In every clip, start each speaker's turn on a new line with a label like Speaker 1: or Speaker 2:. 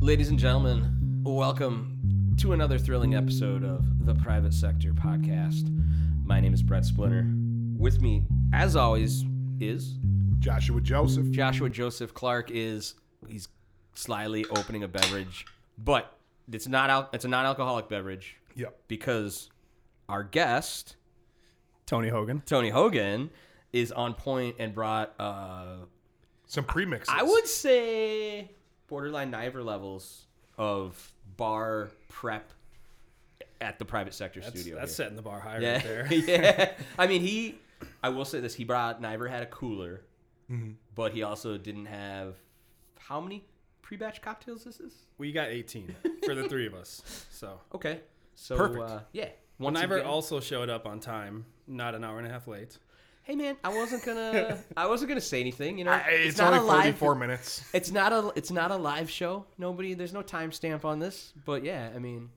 Speaker 1: Ladies and gentlemen, welcome to another thrilling episode of the Private Sector Podcast. My name is Brett Splinter. With me, as always, is
Speaker 2: Joshua Joseph.
Speaker 1: Joshua Joseph Clark. Is he's slyly opening a beverage, but it's not al- it's a non-alcoholic beverage
Speaker 2: Yep.
Speaker 1: because our guest
Speaker 3: Tony Hogan.
Speaker 1: Tony Hogan is on point and brought uh,
Speaker 2: Some premixes.
Speaker 1: I would say borderline Niver levels of bar prep at the private sector
Speaker 3: That's,
Speaker 1: studio.
Speaker 3: that's
Speaker 1: here.
Speaker 3: setting the bar high
Speaker 1: yeah.
Speaker 3: right there.
Speaker 1: yeah. I mean, he. I will say this: he brought Niver had a cooler,
Speaker 3: Mm-hmm.
Speaker 1: but he also didn't have how many pre-batch cocktails this is.
Speaker 3: We got 18 for the three of us. So
Speaker 1: Okay, so
Speaker 2: Perfect.
Speaker 1: Uh, yeah.
Speaker 3: well,
Speaker 1: Once
Speaker 3: Niver
Speaker 1: again-
Speaker 3: also showed up on time, not an hour and a half late.
Speaker 1: Hey man, I wasn't gonna. I wasn't gonna say anything. You know,
Speaker 2: I- it's,
Speaker 1: not
Speaker 2: only
Speaker 1: a live.
Speaker 2: 34 minutes.
Speaker 1: It's not a it's not a live show. Nobody there's no timestamp on this, but yeah, I mean,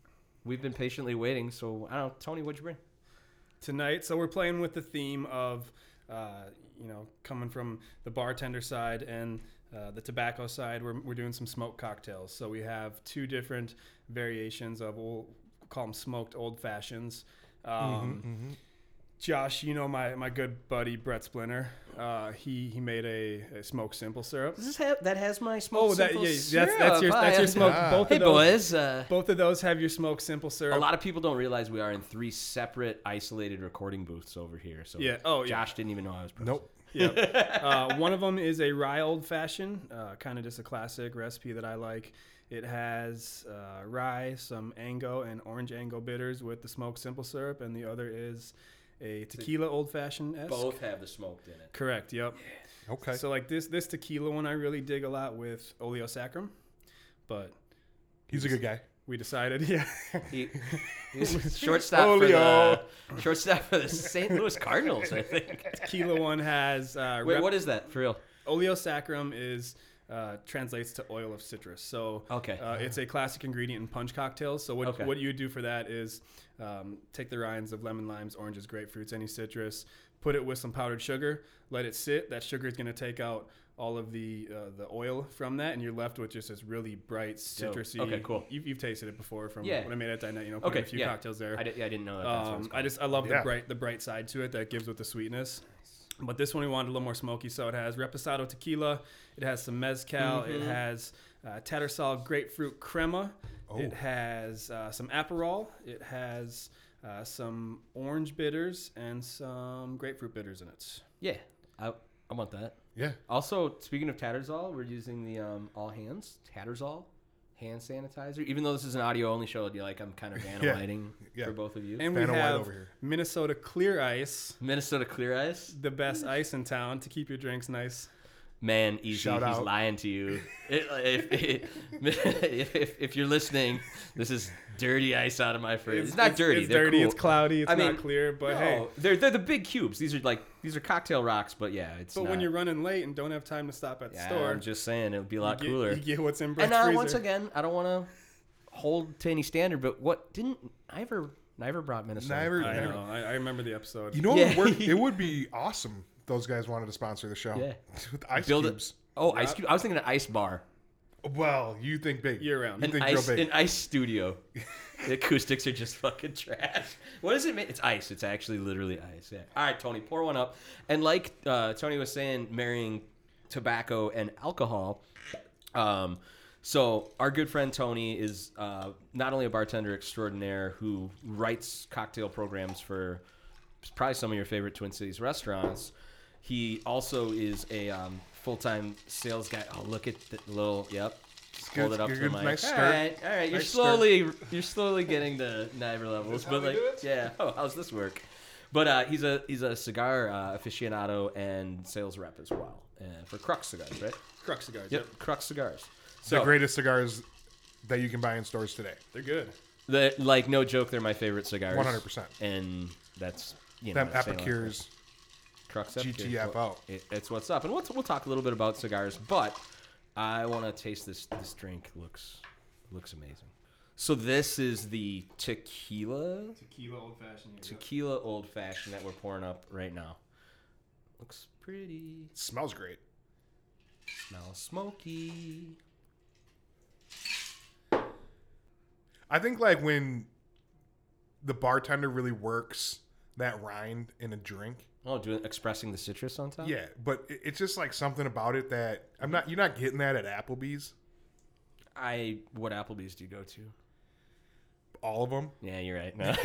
Speaker 1: we've been patiently waiting. So I don't know, Tony, what'd you bring?
Speaker 3: tonight. So we're playing with the theme of, uh, you know, coming from the bartender side and uh, the tobacco side. We're, we're doing some smoke cocktails. So we have two different variations of we'll call them smoked old fashions. Um, Josh, you know my, my good buddy Brett Splinter. Uh, he he made a, a smoked simple syrup.
Speaker 1: Does this have that has my smoke?
Speaker 3: Oh, that yeah, that's that's your that's your smoke.
Speaker 2: Ah.
Speaker 3: Both
Speaker 1: Hey
Speaker 3: of those,
Speaker 1: boys, uh,
Speaker 3: both of those have your smoked simple syrup.
Speaker 1: a lot of people don't realize we are in three separate isolated recording booths over here. So
Speaker 3: Yeah, oh, yeah.
Speaker 1: Josh didn't even know I was present.
Speaker 2: Nope.
Speaker 3: uh, one of them is a rye old fashioned, uh, kind of just a classic recipe that I like. It has uh, rye, some ango, and orange ango bitters with the smoked simple syrup, and the other is a tequila old fashioned.
Speaker 1: Both have the smoked in it.
Speaker 3: Correct. Yep.
Speaker 2: Okay.
Speaker 3: So like this this tequila one, I really dig a lot with oleosacrum, but
Speaker 2: He's a good guy.
Speaker 3: we decided, yeah,
Speaker 1: He, he's shortstop for the
Speaker 2: Olio.
Speaker 1: shortstop for the St. Louis Cardinals, I think.
Speaker 3: tequila one has uh,
Speaker 1: Wait,
Speaker 3: rep-
Speaker 1: what is that for real?
Speaker 3: Oleosacrum is uh, translates to oil of citrus. So
Speaker 1: Okay.
Speaker 3: uh, it's a classic ingredient in punch cocktails. So what
Speaker 1: Okay.
Speaker 3: what you do for that is um, take the rinds of lemon, limes, oranges, grapefruits, any citrus, put it with some powdered sugar, let it sit. That sugar is going to take out all of the uh, the oil from that, and you're left with just this really bright citrusy.
Speaker 1: Okay, cool.
Speaker 3: You've, you've tasted it before from
Speaker 1: Yeah.
Speaker 3: when I made it at Dinette. You know, put
Speaker 1: Okay,
Speaker 3: in a few
Speaker 1: yeah.
Speaker 3: cocktails there.
Speaker 1: I, di- I didn't know that. That's what it's
Speaker 3: Um,
Speaker 1: called.
Speaker 3: I just I love
Speaker 2: Yeah.
Speaker 3: the bright the bright side to it that gives with the sweetness. But this one we wanted a little more smoky, so it has reposado tequila, it has some mezcal,
Speaker 1: Mm-hmm.
Speaker 3: it has uh, tattersall grapefruit crema,
Speaker 2: Oh.
Speaker 3: it has uh, some aperol, it has uh, some orange bitters and some grapefruit bitters in it.
Speaker 1: yeah, I, I want that.
Speaker 2: Yeah.
Speaker 1: Also, speaking of Tattersall, we're using the um, all hands Tattersall hand sanitizer. Even though this is an audio only show, you like I'm kind of analyzing
Speaker 2: yeah.
Speaker 1: for both of you.
Speaker 3: And
Speaker 2: Fan of
Speaker 3: we
Speaker 2: white
Speaker 3: have
Speaker 2: over here.
Speaker 3: Minnesota Clear Ice,
Speaker 1: Minnesota Clear Ice,
Speaker 3: the best ice in town to keep your drinks nice.
Speaker 1: man, easy.
Speaker 2: Shout
Speaker 1: He's
Speaker 2: out.
Speaker 1: lying to you. It- if, if, if, if you're listening, this is dirty ice out of my fridge. It's, not dirty.
Speaker 3: It's
Speaker 1: they're
Speaker 3: dirty.
Speaker 1: cool.
Speaker 3: It's cloudy. It's
Speaker 1: I mean,
Speaker 3: not clear. But
Speaker 1: no,
Speaker 3: hey,
Speaker 1: they're they're the big cubes. These are like these are cocktail rocks, but yeah, it's.
Speaker 3: But when
Speaker 1: not-
Speaker 3: you're running late and don't have time to stop at the
Speaker 1: yeah,
Speaker 3: store,
Speaker 1: I'm just saying it would be a
Speaker 3: you
Speaker 1: lot
Speaker 3: get-
Speaker 1: cooler.
Speaker 3: You get what's in Brett's
Speaker 1: And uh,
Speaker 3: freezer.
Speaker 1: once again, I don't want to hold to any standard, but what didn't Niver Niver brought Minnesota?
Speaker 2: Never,
Speaker 3: I
Speaker 2: never.
Speaker 3: know. I, I remember the episode.
Speaker 2: You know,
Speaker 1: Yeah.
Speaker 2: it, would work, it would be awesome. if Those guys wanted to sponsor the show.
Speaker 1: Yeah.
Speaker 2: With ice
Speaker 1: Build
Speaker 2: cubes.
Speaker 1: it. Oh, ice cube. I was thinking an ice bar,
Speaker 2: Well, you think big.
Speaker 3: Year-round.
Speaker 2: You
Speaker 1: an
Speaker 3: An
Speaker 2: think
Speaker 1: ice,
Speaker 2: real big.
Speaker 1: an ice studio. the acoustics are just fucking trash. What does it mean? It's ice. It's actually literally ice. Yeah. All right, Tony, pour one up. And like uh, Tony was saying, marrying tobacco and alcohol. Um, so our good friend Tony is uh, not only a bartender extraordinaire who writes cocktail programs for probably some of your favorite Twin Cities restaurants. He also is a um, full-time sales guy. Oh, look at the little. Yep.
Speaker 2: good-
Speaker 1: Hold it up
Speaker 2: good-
Speaker 1: to the
Speaker 2: good-
Speaker 1: mic.
Speaker 2: nice
Speaker 1: all
Speaker 2: skirt.
Speaker 1: right, all right. You're
Speaker 3: Nice skirt.
Speaker 1: slowly, you're slowly getting to Niver levels, but
Speaker 2: we
Speaker 1: like,
Speaker 2: do it?
Speaker 1: yeah. Oh, how's this work? But uh, he's a he's a cigar uh, aficionado and sales rep as well, and for Crux cigars, right?
Speaker 3: Crux cigars.
Speaker 1: Yep,
Speaker 3: Yep.
Speaker 1: Crux cigars.
Speaker 2: the
Speaker 1: So
Speaker 2: greatest cigars that you can buy in stores today.
Speaker 3: They're good.
Speaker 1: the- like no joke, they're my favorite cigars.
Speaker 2: 100%.
Speaker 1: And that's you know
Speaker 2: Them
Speaker 1: saying a lot.
Speaker 2: Epicures.
Speaker 1: Crux
Speaker 2: GTFO.
Speaker 1: Well, it, it's what's up, and we'll, we'll talk a little bit about cigars, but I want to taste this. This drink looks looks amazing. So this is the tequila
Speaker 3: Tequila old fashioned.
Speaker 1: tequila old fashioned that we're pouring up right now. Looks pretty.
Speaker 2: Smells great.
Speaker 1: Smells smoky.
Speaker 2: I think like when the bartender really works that rind in a drink.
Speaker 1: Oh, doing expressing the citrus on top.
Speaker 2: Yeah, but it- it's just like something about it that I'm not. You're not getting that at Applebee's.
Speaker 1: I what Applebee's do you go to?
Speaker 2: All of them.
Speaker 1: Yeah, you're right. No.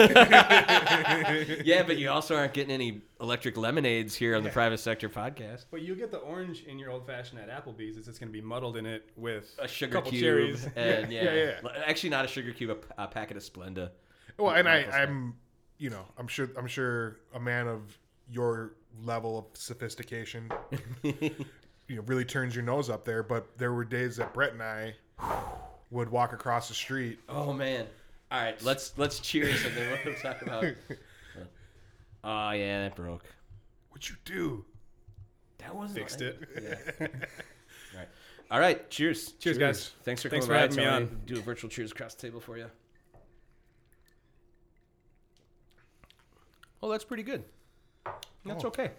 Speaker 1: yeah, but you also aren't getting any electric lemonades here on the private sector podcast.
Speaker 3: But you get the orange in your old fashioned at Applebee's. It's just going to be muddled in it with
Speaker 1: A sugar
Speaker 3: couple
Speaker 1: cube
Speaker 3: cherries.
Speaker 1: and yeah,
Speaker 2: Yeah, yeah,
Speaker 1: actually not a sugar cube, a p- a, packet of Splenda.
Speaker 2: Well, and I,
Speaker 1: Michael's right.
Speaker 2: I'm, you know, I'm sure, I'm sure a man of your level of sophistication, you know, really turns your nose up there. But there were days that Brett and I would walk across the street.
Speaker 1: Oh man! All right, let's let's cheers and then we'll talk about. Oh yeah, that broke.
Speaker 2: What you do?
Speaker 1: That wasn't
Speaker 3: Fixed it.
Speaker 1: Yeah. right. All right. Cheers.
Speaker 3: Cheers, guys.
Speaker 1: Thanks for
Speaker 3: Thanks
Speaker 1: coming
Speaker 3: for
Speaker 1: by,
Speaker 3: having me
Speaker 1: Tony. Do a virtual cheers across the table for you. Oh, that's pretty good. That's
Speaker 2: Oh.
Speaker 1: okay.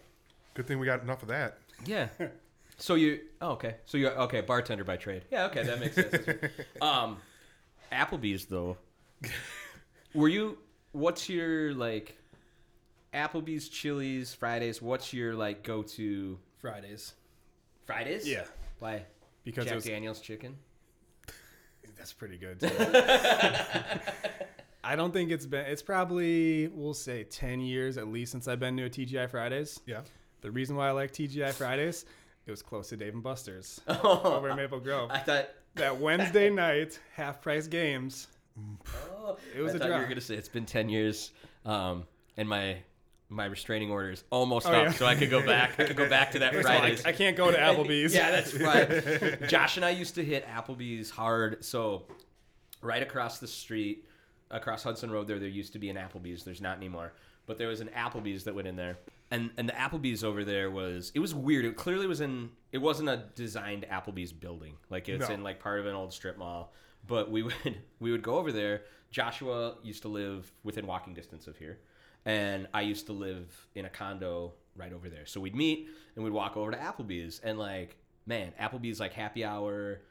Speaker 2: Good thing we got enough of that.
Speaker 1: Yeah. So you oh, okay. So you're okay, bartender by trade. Yeah, okay, that makes sense. um Applebee's though. Were you what's your like Applebee's, Chili's, Fridays, what's your like go to
Speaker 3: Fridays.
Speaker 1: Fridays?
Speaker 3: Yeah.
Speaker 1: Why?
Speaker 3: Because
Speaker 1: Jack
Speaker 3: it was,
Speaker 1: Daniels chicken?
Speaker 3: that's pretty good. I don't think it's been, it's probably, we'll say 10 years at least since I've been to a TGI Fridays.
Speaker 2: Yeah.
Speaker 3: The reason why I like TGI Fridays, it was close to Dave and Buster's
Speaker 1: Oh,
Speaker 3: over in Maple Grove.
Speaker 1: I thought
Speaker 3: That Wednesday night, half price games.
Speaker 1: oh,
Speaker 3: It was
Speaker 1: I
Speaker 3: a
Speaker 1: thought you were
Speaker 3: draw.
Speaker 1: gonna say it's been ten years, um, and my my restraining order is almost
Speaker 3: Oh,
Speaker 1: up,
Speaker 3: yeah.
Speaker 1: so I could go back. I could go back to that
Speaker 3: First of all, I-
Speaker 1: Fridays.
Speaker 3: I can't go to Applebee's.
Speaker 1: yeah, that's right. Josh and I used to hit Applebee's hard. So, right across the street, across Hudson Road, there there used to be an Applebee's. There's not anymore, but there was an Applebee's that went in there, and and the Applebee's over there was it was weird. It clearly was in it wasn't a designed Applebee's building. Like it's
Speaker 2: No.
Speaker 1: in like part of an old strip mall. But we would we would go over there. Joshua used to live within walking distance of here and I used to live in a condo right over there. So we'd meet and we'd walk over to Applebee's and like, man, Applebee's like happy hour,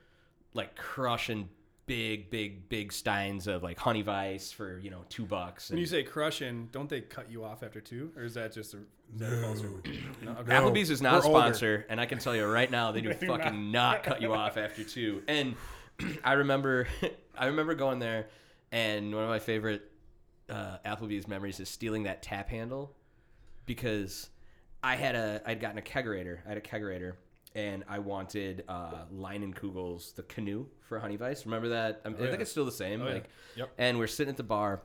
Speaker 1: like crushing big, big, big steins of like honey vice for you know two bucks.
Speaker 3: When
Speaker 1: And
Speaker 3: you say crushing, don't they cut you off after two? Or is that just a, is that a false rumor? No, okay.
Speaker 2: No.
Speaker 1: Applebee's is not a
Speaker 2: we're older.
Speaker 1: sponsor, and I can tell you right now they do fucking not cut you off after two. And I remember, I remember going there, and one of my favorite uh, Applebee's memories is stealing that tap handle because I had a I'd gotten a kegerator. I had a kegerator and I wanted uh Line Kugel's the canoe for Honey Vice. Remember that? I, mean, I
Speaker 3: yeah.
Speaker 1: think it's still the same.
Speaker 3: yeah.
Speaker 1: like
Speaker 3: Yep.
Speaker 1: and we're sitting at the bar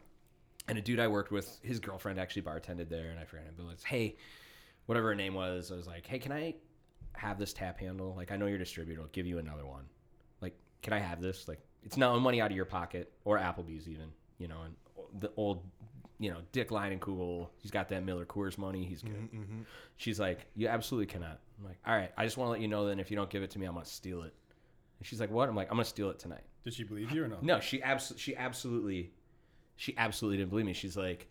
Speaker 1: and a dude I worked with, his girlfriend actually bartended there and I forgot him, but like, hey, whatever her name was, I was like, Hey, can I have this tap handle? Like I know your distributor, I'll give you another one. Like, can I have this? Like it's not money out of your pocket or Applebee's even, you know, and the old you know, Dick Line and Kugel, he's got that Miller Coors money, he's good. She's like, You absolutely cannot. I'm like, All right, I just want to let you know then if you don't give it to me, I'm gonna steal it. And she's like, What? I'm like, I'm gonna steal it tonight.
Speaker 3: Did she believe you or no?
Speaker 1: No, she abs- she absolutely she absolutely didn't believe me. She's like,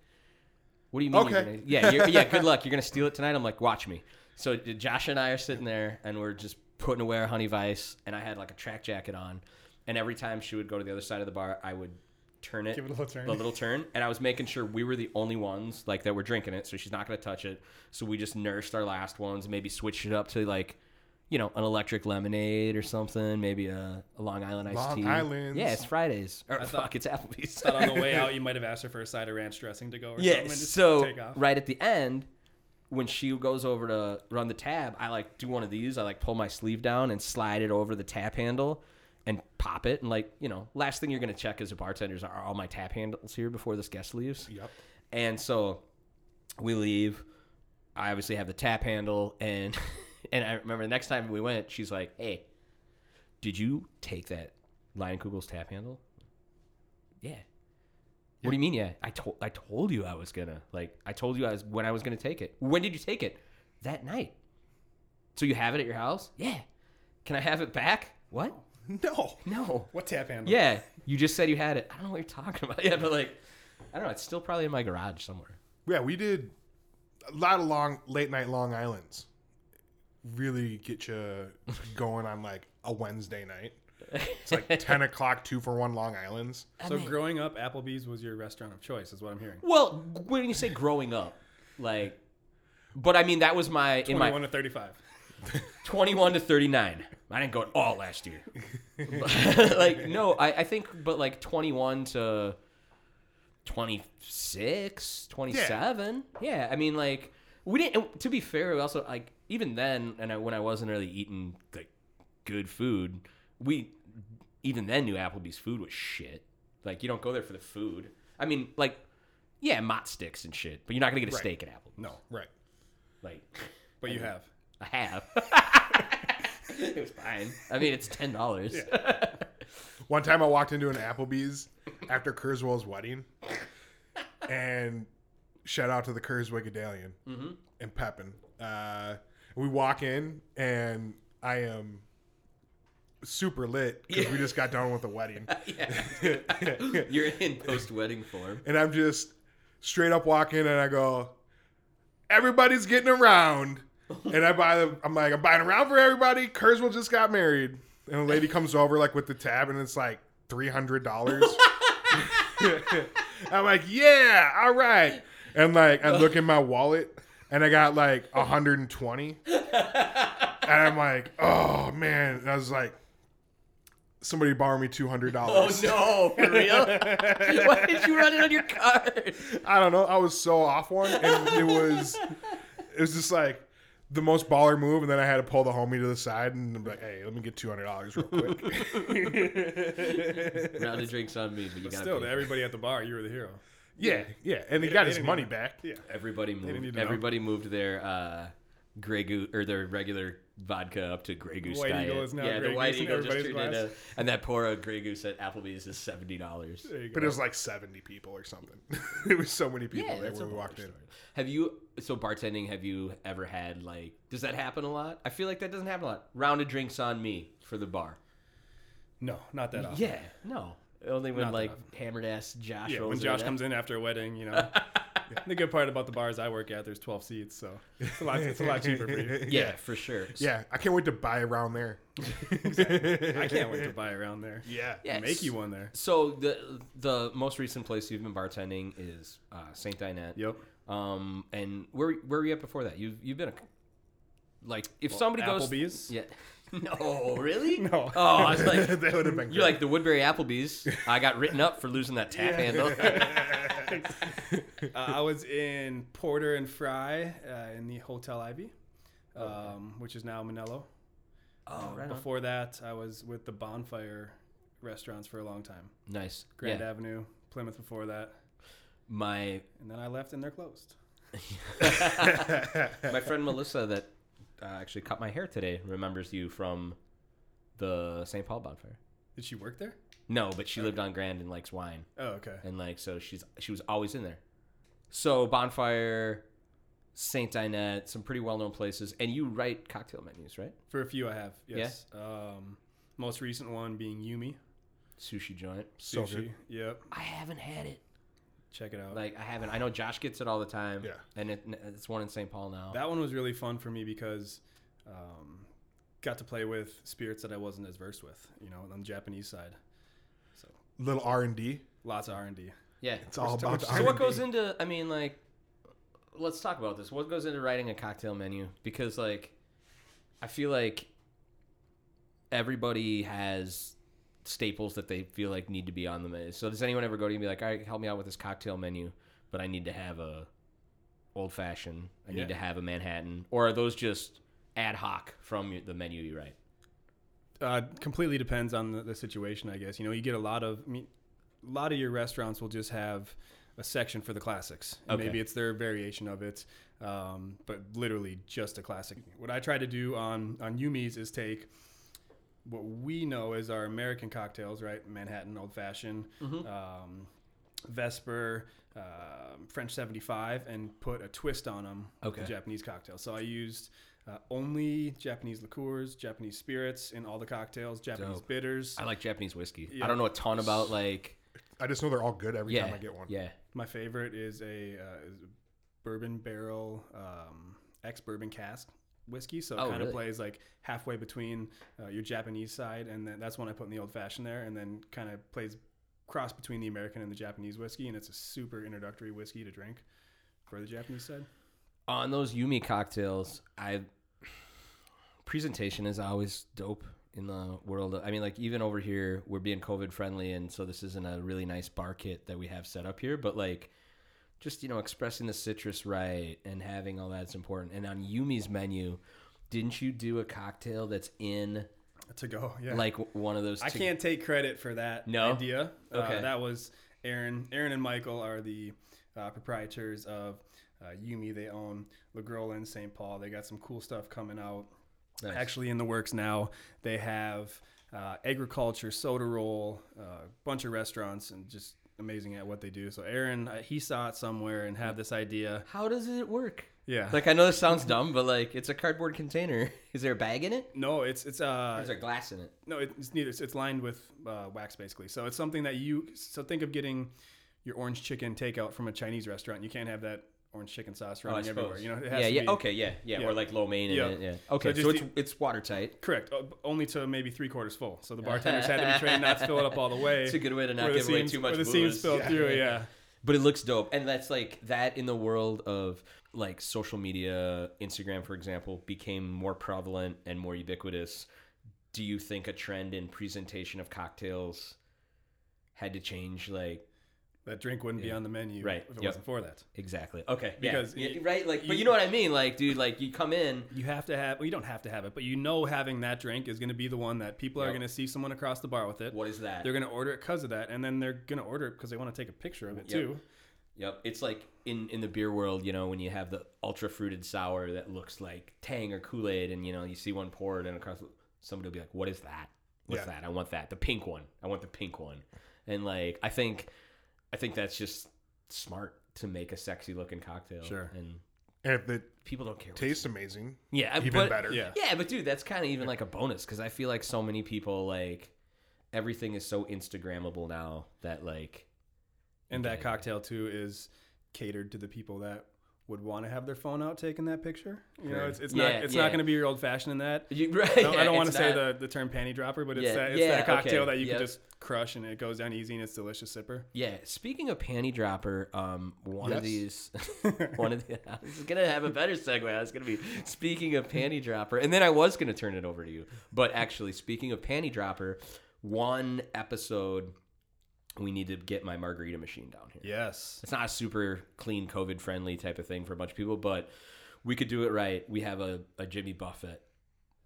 Speaker 1: "What do you mean?
Speaker 2: Okay.
Speaker 1: You're gonna, yeah, you're, yeah. Good luck. You're gonna steal it tonight." I'm like, "Watch me." So Josh and I are sitting there, and we're just putting away our honey vice, and I had like a track jacket on, and every time she would go to the other side of the bar, I would turn it,
Speaker 3: Give it a little turn.
Speaker 1: a little turn, and I was making sure we were the only ones like that were drinking it, so she's not gonna touch it. So we just nursed our last ones, maybe switched it up to like. You know, an electric lemonade or something, maybe a, a Long Island iced
Speaker 2: Long
Speaker 1: tea.
Speaker 2: Islands.
Speaker 1: Yeah, it's Fridays. Or
Speaker 3: thought-
Speaker 1: fuck, it's Applebee's.
Speaker 3: But on the way out, you might have asked her for a side of ranch dressing to go or
Speaker 1: yeah,
Speaker 3: something. and just
Speaker 1: so
Speaker 3: take off.
Speaker 1: right at the end, when she goes over to run the tab, I like do one of these. I like pull my sleeve down and slide it over the tap handle and pop it. And like, you know, last thing you're going to check as a bartender is are all my tap handles here before this guest leaves?
Speaker 2: Yep.
Speaker 1: And so we leave. I obviously have the tap handle, and and I remember the next time we went, she's like, "Hey, did you take that Lion Kugel's tap handle?" Yeah. What do you mean? Yeah, I told I told you I was gonna like I told you I was when I was gonna take it. When did you take it? That night. So you have it at your house? Yeah. Can I have it back? What?
Speaker 2: No.
Speaker 1: No.
Speaker 3: What tap handle?
Speaker 1: Yeah, you just said you had it. I don't know what you're talking about. Yeah, but like, I don't know. It's still probably in my garage somewhere.
Speaker 2: Yeah, we did a lot of long late night Long Island's. Really get you going on like a Wednesday night. It's like ten o'clock, two for one Long Island's.
Speaker 3: So growing up, Applebee's was your restaurant of choice, is what I'm hearing.
Speaker 1: Well, when you say growing up, like, but I mean that was my in my
Speaker 3: 21 to 35.
Speaker 1: 21 to 39. I didn't go at all last year. like, no, I, I think, but like 21 to 26, 27. Yeah. I mean, like, we didn't, to be fair, we also, like, even then, and I, when I wasn't really eating, like, good food, we even then knew Applebee's food was shit. Like, you don't go there for the food. I mean, like, yeah, mott sticks and shit, but you're not going to get a steak at Applebee's.
Speaker 3: No,
Speaker 2: Right.
Speaker 1: Like,
Speaker 3: but you have.
Speaker 1: I have. it was fine. I mean, it's ten dollars.
Speaker 2: One time I walked into an Applebee's after Kurzweil's wedding, and shout out to the Kurzwegadalian and Pepin. Uh, we walk in, and I am super lit because we just got done with the wedding.
Speaker 1: You're in post-wedding form.
Speaker 2: and I'm just straight up walking, and I go, everybody's getting around, and I buy the, I'm like, I'm buying around for everybody. Kurzweil just got married, and a lady comes over like with the tab, and it's like three hundred dollars. I'm like, yeah, all right, and like I look in my wallet, and I got like 120, and I'm like, oh man, and I was like. Somebody borrow me two hundred
Speaker 1: Oh
Speaker 2: dollars.
Speaker 1: no, for real? Why did you run it on your card?
Speaker 2: I don't know. I was so off one, and it was, it was just like the most baller move. And then I had to pull the homie to the side and be like, "Hey, let me get two hundred dollars real quick."
Speaker 1: Round of drinks on me, but you got
Speaker 3: Still, to
Speaker 1: to
Speaker 3: everybody at the bar, you were the hero.
Speaker 2: yeah, yeah. And he got his
Speaker 3: didn't
Speaker 2: money back.
Speaker 3: Yeah.
Speaker 1: Everybody
Speaker 3: need
Speaker 1: moved.
Speaker 3: to know.
Speaker 1: Everybody moved their uh, Grey Goose or their regular vodka up to Grey Goose
Speaker 3: White
Speaker 1: diet.
Speaker 3: Eagle is now
Speaker 1: yeah,
Speaker 3: Grey
Speaker 1: the White
Speaker 3: Goose in
Speaker 1: Eagle just turned
Speaker 3: everybody's
Speaker 1: into,
Speaker 3: glass.
Speaker 1: and that pour of Grey Goose at Applebee's is seventy dollars.
Speaker 3: There you go.
Speaker 2: But it was like seventy people or something. it was so many people
Speaker 1: Yeah,
Speaker 2: there
Speaker 1: that's
Speaker 2: when
Speaker 1: a
Speaker 2: we walked
Speaker 1: whole
Speaker 2: in.
Speaker 1: story. Have you so bartending? Have you ever had like? Does that happen a lot? I feel like that doesn't happen a lot. Round of drinks on me for the bar.
Speaker 3: no, not that often.
Speaker 1: Yeah, no. Uh, Only when
Speaker 3: Not
Speaker 1: like hammered ass Josh.
Speaker 3: Yeah,
Speaker 1: rolls
Speaker 3: when
Speaker 1: in
Speaker 3: Josh
Speaker 1: that-
Speaker 3: comes in after a wedding, you know. The good part about the bars I work at, there's 12 seats, so it's a lot, it's a lot cheaper for you.
Speaker 1: Yeah, for sure.
Speaker 2: Yeah, I can't wait to buy around there.
Speaker 3: I can't wait to buy around there.
Speaker 2: Yeah.
Speaker 1: Yeah.
Speaker 3: Make you one there.
Speaker 1: So the the most recent place you've been bartending is uh, Saint Dinette.
Speaker 3: Yep.
Speaker 1: Um, and where where were you at before that? You've you've been a, like if somebody goes
Speaker 3: Applebee's?
Speaker 1: Yeah. No, really?
Speaker 3: No.
Speaker 1: Oh, I was like,
Speaker 2: that would have been.
Speaker 1: You're
Speaker 2: great.
Speaker 1: like the Woodbury Applebee's. I got written up for losing that tap handle.
Speaker 3: uh, I was in Porter and Fry uh, in the Hotel Ivy, um, which is now Manello.
Speaker 1: oh, right.
Speaker 3: Before that, I was with the Bonfire restaurants for a long time.
Speaker 1: Nice.
Speaker 3: Grand
Speaker 1: yeah.
Speaker 3: Avenue, Plymouth before that,
Speaker 1: My
Speaker 3: and then I left and they're closed.
Speaker 1: my friend Melissa that uh, actually cut my hair today remembers you from the St. Paul bonfire.
Speaker 3: Did she work there?
Speaker 1: No, but she lived on Grand and likes wine,
Speaker 3: Oh, okay.
Speaker 1: and like so she's she was always in there. So bonfire, Saint Dinette, some pretty well known places, and you write cocktail menus, right?
Speaker 3: For a few, I have. Yes. Um, most recent one being Yumi
Speaker 1: Sushi joint.
Speaker 2: So good.
Speaker 3: Yep.
Speaker 1: I haven't had it.
Speaker 3: Check it out.
Speaker 1: Like I haven't. I know Josh gets it all the time.
Speaker 2: Yeah.
Speaker 1: and it, it's one in St. Paul now.
Speaker 3: That one was really fun for me because um, got to play with spirits that I wasn't as versed with, you know, on the Japanese side.
Speaker 2: little R and D.
Speaker 3: Lots of R&D.
Speaker 1: yeah,
Speaker 2: It's all about the
Speaker 1: So what
Speaker 2: R&D.
Speaker 1: goes into? I mean, like, let's talk about this. What goes into writing a cocktail menu? Because like, I feel like everybody has staples that they feel like need to be on the menu. So does anyone ever go to you and be like, "All right, help me out with this cocktail menu," but I need to have a old fashioned. I
Speaker 3: Yeah.
Speaker 1: need to have a Manhattan. Or are those just ad hoc from the menu you write?
Speaker 3: Uh, completely depends on the, the situation, I guess. You know, you get a lot of, I mean, a lot of your restaurants will just have a section for the classics. And
Speaker 1: Okay.
Speaker 3: Maybe it's their variation of it, um, but literally just a classic. What I try to do on on Yumi's is take what we know as our American cocktails, right? Manhattan Old Fashioned,
Speaker 1: Mm-hmm.
Speaker 3: um, Vesper, um French 75, and put a twist on them
Speaker 1: Okay.
Speaker 3: with the Japanese cocktail. So I used uh, only Japanese liqueurs, Japanese spirits in all the cocktails, Japanese
Speaker 1: Dope.
Speaker 3: bitters.
Speaker 1: I like Japanese whiskey. I
Speaker 3: Yeah.
Speaker 1: don't know a ton about like.
Speaker 2: I just know they're all good every
Speaker 1: Yeah,
Speaker 2: time I get one.
Speaker 1: yeah.
Speaker 3: My favorite is a uh, is a bourbon barrel, um, ex bourbon cask whiskey, so it
Speaker 1: Oh,
Speaker 3: kind of
Speaker 1: really?
Speaker 3: plays like halfway between uh, your Japanese side, and then that's one I put in the old fashioned there, and then kind of plays cross between the American and the Japanese whiskey, and it's a super introductory whiskey to drink for the Japanese side.
Speaker 1: on those Yumi cocktails, I presentation is always dope in the world. I mean, like even over here, we're being COVID friendly, and so this isn't a really nice bar kit that we have set up here. But like, just you know, expressing the citrus right and having all that's important. And on Yumi's menu, didn't you do a cocktail that's in
Speaker 3: To go, yeah.
Speaker 1: like w- one of those?
Speaker 3: I
Speaker 1: to-
Speaker 3: can't take credit for that
Speaker 1: No?
Speaker 3: idea. Uh,
Speaker 1: Okay.
Speaker 3: that was Aaron. Aaron and Michael are the uh, proprietors of uh, Yumi. They own LeGroll in St. Paul. They got some cool stuff coming out.
Speaker 1: Nice.
Speaker 3: Actually, in the works now. They have uh, agriculture, soda roll, a bunch of restaurants, and just amazing at what they do. So Aaron, uh, he saw it somewhere and had this idea.
Speaker 1: How does it work?
Speaker 3: Yeah.
Speaker 1: Hmm. Like I know this sounds dumb, but like it's a cardboard container. Is there a bag in it?
Speaker 3: no, it's it's uh
Speaker 1: Is there glass in it?
Speaker 3: No, it- it's neither. It's, it's lined with uh, wax, basically. So it's something that you. So think of getting your orange chicken takeout from a Chinese restaurant. You can't have that orange chicken sauce running everywhere. You know, it has
Speaker 1: Oh, yeah,
Speaker 3: to
Speaker 1: yeah,
Speaker 3: be
Speaker 1: okay, yeah, yeah,
Speaker 3: Yeah.
Speaker 1: or like lo mein in
Speaker 3: Yeah.
Speaker 1: it, yeah. Okay, so,
Speaker 3: just
Speaker 1: it's it's watertight.
Speaker 3: Correct. O- Only to maybe three quarters full. So the bartenders had to be trained not to fill it up all the way.
Speaker 1: It's a good way to not
Speaker 3: where the
Speaker 1: give away
Speaker 3: seams-
Speaker 1: too much
Speaker 3: Where the seams
Speaker 1: booze.
Speaker 3: spill
Speaker 1: Yeah.
Speaker 3: through. Yeah.
Speaker 1: But it looks dope, and that's like that in the world of like social media, Instagram, for example, became more prevalent and more ubiquitous. Do you think a trend in presentation of cocktails had to change? Like
Speaker 3: That drink wouldn't be on the menu
Speaker 1: Right,
Speaker 3: if it
Speaker 1: yep.
Speaker 3: wasn't for that.
Speaker 1: exactly, okay,
Speaker 3: Because
Speaker 1: yeah,
Speaker 3: y-
Speaker 1: Yeah, right, like, but
Speaker 3: you-
Speaker 1: you know what I mean, like, dude, like you come in,
Speaker 3: You have to have. Well, you don't have to have it, but you know having that drink is going to be the one that people are
Speaker 1: Yep.
Speaker 3: going to see someone across the bar with it.
Speaker 1: what is that?
Speaker 3: They're going to order it because of that, and then they're going to order it because they want to take a picture of it
Speaker 1: Yep.
Speaker 3: too.
Speaker 1: Yep, it's like in in the beer world, you know, when you have the ultra fruited sour that looks like Tang or Kool Aid, and you know, you see one poured, and across somebody will be like, "What is that? What's
Speaker 2: Yeah.
Speaker 1: that? I want that. The pink one. I want the pink one." And like, I think, I think that's just smart to make a sexy looking cocktail.
Speaker 3: Sure.
Speaker 1: and
Speaker 2: And if it
Speaker 1: people don't care. what-
Speaker 2: tastes amazing,
Speaker 1: yeah,
Speaker 2: even
Speaker 1: Uh, but-
Speaker 2: better.
Speaker 3: Yeah.
Speaker 1: Yeah, but dude, that's kind of even like a bonus because I feel like so many people like everything is so Instagrammable now that like
Speaker 3: And that
Speaker 1: Okay.
Speaker 3: cocktail too is catered to the people that would want to have their phone out taking that picture. You know,
Speaker 1: Sure.
Speaker 3: it's, it's
Speaker 1: Yeah,
Speaker 3: not it's
Speaker 1: yeah.
Speaker 3: not going to be your old fashioned in that.
Speaker 1: you, right,
Speaker 3: I don't,
Speaker 1: yeah,
Speaker 3: want to
Speaker 1: it's
Speaker 3: say
Speaker 1: not-
Speaker 3: the, the term panty dropper, but it's
Speaker 1: Yeah,
Speaker 3: that it's
Speaker 1: yeah,
Speaker 3: that cocktail
Speaker 1: okay,
Speaker 3: that you
Speaker 1: yep.
Speaker 3: can just crush and it goes down easy and it's delicious sipper.
Speaker 1: Yeah, speaking of panty dropper, um, one of
Speaker 2: Yes.
Speaker 1: these, one of the, I was gonna have a better segue. I was gonna be speaking of panty dropper, and then I was gonna turn it over to you. But actually, speaking of panty dropper, one episode, we need to get my margarita machine down here.
Speaker 3: Yes.
Speaker 1: It's not a super clean, COVID friendly type of thing for a bunch of people, but we could do it right. We have a, a Jimmy Buffett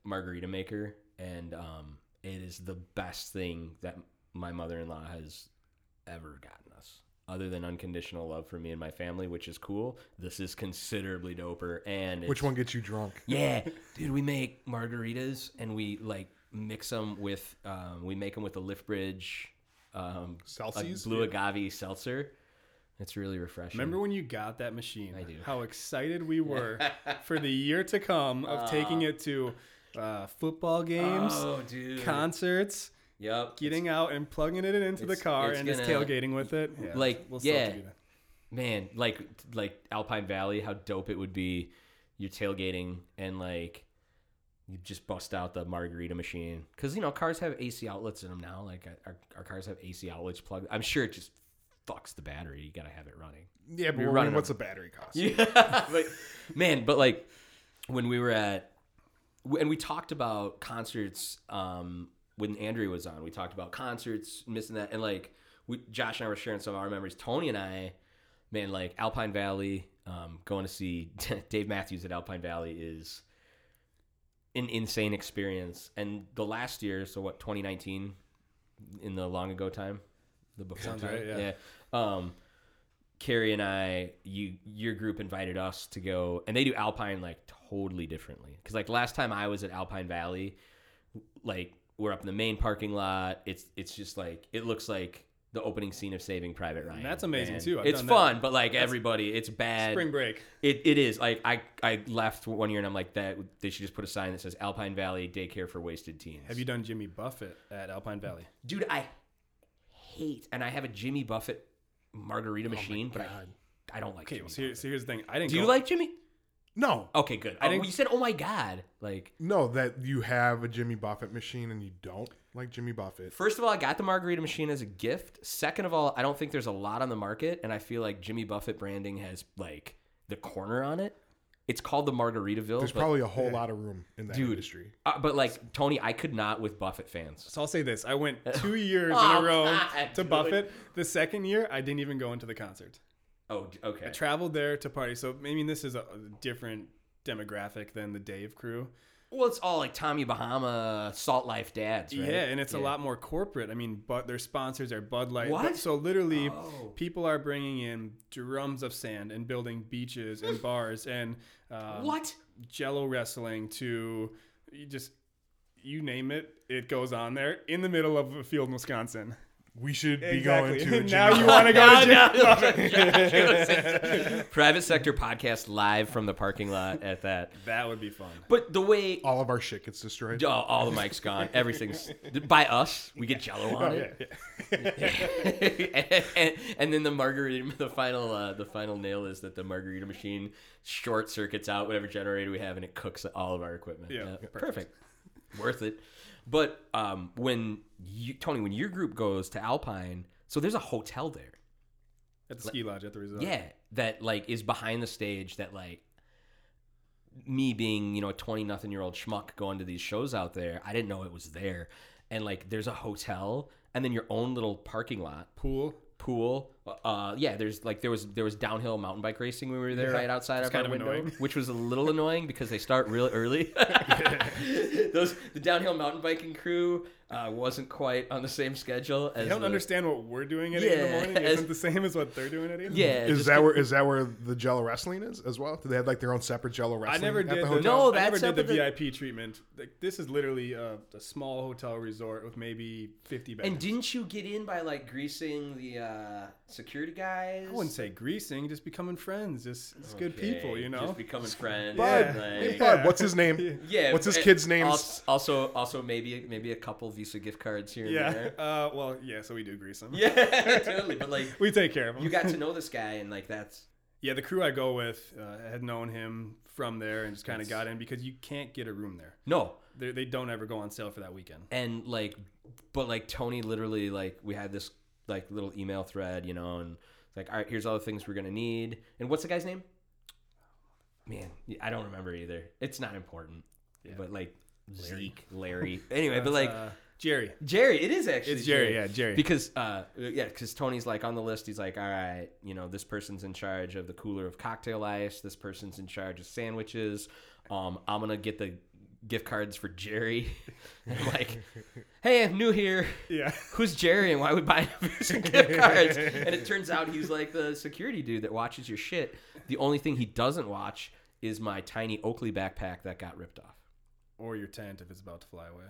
Speaker 1: margarita maker, and um, it is the best thing that my mother in law has ever gotten us. Other than unconditional love for me and my family, which is cool, this is considerably doper. And it's,
Speaker 2: Which one gets you drunk?
Speaker 1: yeah, dude, we make margaritas and we like mix them with um, we make them with the Liftbridge um, like
Speaker 2: Celsius?
Speaker 1: blue agave seltzer. It's really refreshing.
Speaker 3: Remember when you got that machine? I
Speaker 1: do.
Speaker 3: How excited we were for the year to come of taking it to uh, football games,
Speaker 1: Oh, dude.
Speaker 3: concerts,
Speaker 1: yep.
Speaker 3: getting out and plugging it into the
Speaker 1: it's-
Speaker 3: car
Speaker 1: it's
Speaker 3: and just
Speaker 1: gonna-
Speaker 3: tailgating with it. Yeah,
Speaker 1: like,
Speaker 3: still have to
Speaker 1: yeah.
Speaker 3: do that.
Speaker 1: man, like like Alpine Valley, how dope it would be. You're tailgating and like you just bust out the margarita machine because you know cars have AC outlets in them now. Like uh, our, our cars have AC outlets plugged. I'm sure it just fucks the battery. You gotta have it running.
Speaker 2: Yeah, but
Speaker 1: You're
Speaker 2: well, I mean,
Speaker 1: running
Speaker 2: what's a battery cost?
Speaker 1: Yeah, like man, but like when we were at and we talked about concerts um, when Andrea was on. We talked about concerts, missing that, and like we, Josh and I were sharing some of our memories. Tony and I, man, like Alpine Valley, um, going to see Dave Matthews at Alpine Valley is an insane experience. And the last year, so what, 2019, in the long ago time, the before
Speaker 3: Sounds
Speaker 1: time,
Speaker 3: right, yeah.
Speaker 1: Um, Carrie and I, you your group invited us to go, and they do Alpine like totally differently. Because like last time I was at Alpine Valley, like we're up in the main parking lot. It's it's just like it looks like the opening scene of Saving Private Ryan.
Speaker 3: that's amazing,
Speaker 1: man.
Speaker 3: too. I've
Speaker 1: it's
Speaker 3: done that.
Speaker 1: fun, but like everybody, it's bad.
Speaker 3: Spring break.
Speaker 1: It, it is like I I left one year and I'm like that they should just put a sign that says Alpine Valley Daycare for Wasted Teens.
Speaker 3: Have you done Jimmy Buffett at Alpine Valley?
Speaker 1: dude? I hate and I have a Jimmy
Speaker 3: Oh
Speaker 1: Buffett margarita machine, but I, I don't like.
Speaker 3: Okay,
Speaker 1: Jimmy
Speaker 3: well, so, here,
Speaker 1: Buffett.
Speaker 3: so here's the thing. I didn't.
Speaker 1: Do you
Speaker 3: go-
Speaker 1: like Jimmy?
Speaker 2: No,
Speaker 1: Okay, good. I
Speaker 3: didn't-
Speaker 1: you said, "Oh my god!" Like,
Speaker 2: no, that you have a Jimmy Buffett machine and you don't like Jimmy Buffett.
Speaker 1: first of all, I got the margarita machine as a gift. Second of all, I don't think there's a lot on the market, and I feel like Jimmy Buffett branding has like the corner on it. It's called the Margaritaville,
Speaker 2: There's
Speaker 1: but,
Speaker 2: probably a whole lot of room in that
Speaker 1: Dude.
Speaker 2: industry.
Speaker 1: uh, but like Tony, I could not with Buffett fans.
Speaker 3: So I'll say this: I went two years in
Speaker 1: Oh,
Speaker 3: a row
Speaker 1: God,
Speaker 3: to
Speaker 1: dude.
Speaker 3: Buffett. The second year, I didn't even go into the concert.
Speaker 1: Oh, d- okay.
Speaker 3: I traveled there to party. So I mean, this is a a different demographic than the Dave crew.
Speaker 1: Well, it's all like Tommy Bahama, Salt Life dads, right?
Speaker 3: Yeah, and it's a lot more corporate. I mean, but their sponsors are Bud Light. but-
Speaker 1: What?
Speaker 3: So literally,
Speaker 1: Oh.
Speaker 3: people are bringing in drums of sand and building beaches and bars and um,
Speaker 1: What?
Speaker 3: Jello wrestling to you just you name it, it goes on there in the middle of a field in Wisconsin.
Speaker 2: We should be going to a Jimmy
Speaker 3: now you
Speaker 2: Buffett.
Speaker 3: want to go to
Speaker 1: No,
Speaker 3: Jim-
Speaker 1: no. Private sector podcast live from the parking lot at that.
Speaker 3: That would be fun.
Speaker 1: But the way
Speaker 2: all of our shit gets destroyed.
Speaker 1: Oh, all the mics gone. Everything's by us. We get Jello
Speaker 3: Oh,
Speaker 1: on it, and, and then the margarita. The final, uh, the final nail is that the margarita machine short circuits out whatever generator we have, and it cooks all of our equipment.
Speaker 3: Yeah,
Speaker 1: perfect. worth it. But um, when you, Tony, when your group goes to Alpine, so there's a hotel there.
Speaker 3: At the ski lodge at the resort.
Speaker 1: Yeah, that like is behind the stage. That like me being you know a twenty nothing year old schmuck going to these shows out there. I didn't know it was there, and like there's a hotel and then your own little parking lot
Speaker 3: Pool.
Speaker 1: pool. Uh, yeah, there's like there was there was downhill mountain bike racing when we were there right outside of our
Speaker 3: kind of
Speaker 1: window,
Speaker 3: annoying.
Speaker 1: which was a little annoying because they start real early. Those the downhill mountain biking crew uh, wasn't quite on the same schedule as
Speaker 3: I don't
Speaker 1: the-
Speaker 3: understand what we're doing at eight in
Speaker 1: Yeah,
Speaker 3: the morning.
Speaker 1: as-
Speaker 3: Isn't the same as what they're doing at eight? in the
Speaker 1: Yeah,
Speaker 3: morning?
Speaker 2: Is
Speaker 1: just
Speaker 2: that where is that where the Jello wrestling is as well? Do they have like their own separate Jello
Speaker 3: I
Speaker 2: wrestling?
Speaker 3: never
Speaker 2: at
Speaker 3: did
Speaker 2: the
Speaker 3: the,
Speaker 2: hotel.
Speaker 1: No,
Speaker 3: I never
Speaker 1: that's up
Speaker 3: did the
Speaker 1: at the-
Speaker 3: VIP treatment. Like, this is literally a, a small hotel resort with maybe fifty beds.
Speaker 1: And didn't you get in by like greasing the uh, security guys?
Speaker 3: I wouldn't say greasing, just becoming friends, just, just good people, you know.
Speaker 1: Just becoming friends.
Speaker 3: Bud. eh,
Speaker 1: like-
Speaker 2: Bud, what's his name?
Speaker 1: yeah.
Speaker 2: What's his
Speaker 1: and
Speaker 2: kid's name?
Speaker 1: als- Also, also maybe maybe a couple Visa gift cards here and
Speaker 3: yeah.
Speaker 1: there.
Speaker 3: Uh, well, yeah. So we do grease them.
Speaker 1: Yeah, totally. But like,
Speaker 3: We take care of them.
Speaker 1: you got to know this guy, and like that's
Speaker 3: yeah, the crew I go with uh, had known him from there and just kind of got in because you can't get a room there.
Speaker 1: no.
Speaker 3: They they don't ever go on sale for that weekend.
Speaker 1: And like, but like Tony literally like we had this like little email thread, you know, and it's like all right, here's all the things we're gonna need. And what's the guy's name? Man, I don't remember either. It's not important. But like Zeke, Larry. Anyway, but like.
Speaker 3: uh, Jerry,
Speaker 1: Jerry, it is actually.
Speaker 3: It's Jerry, yeah, Jerry.
Speaker 1: Because uh, yeah, because Tony's like on the list. He's like, all right, you know, this person's in charge of the cooler of cocktail ice. This person's in charge of sandwiches. Um, I'm gonna get the gift cards for Jerry. And I'm like, hey, I'm new here.
Speaker 3: yeah,
Speaker 1: Who's Jerry and why would buy some gift cards? And it turns out he's like the security dude that watches your shit. The only thing he doesn't watch is my tiny Oakley backpack that got ripped off.
Speaker 3: or your tent if it's about to fly away.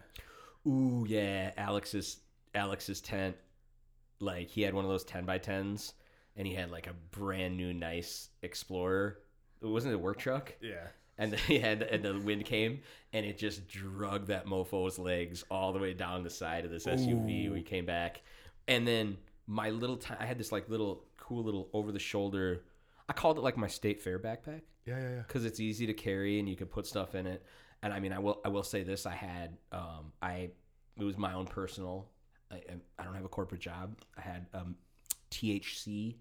Speaker 1: Ooh yeah, Alex's Alex's tent. Like he had one of those ten by tens, and he had like a brand new nice Explorer. It wasn't it a work truck,
Speaker 3: Yeah,
Speaker 1: and then he had and the wind came and it just drug that mofo's legs all the way down the side of this SUV. We came back, and then my little ti- I had this like little cool little over the shoulder. I called it like my state fair backpack
Speaker 2: Yeah, yeah, yeah.
Speaker 1: because it's easy to carry and you can put stuff in it. And I mean, I will I will say this: I had um, I it was my own personal. I, I don't have a corporate job. I had um, THC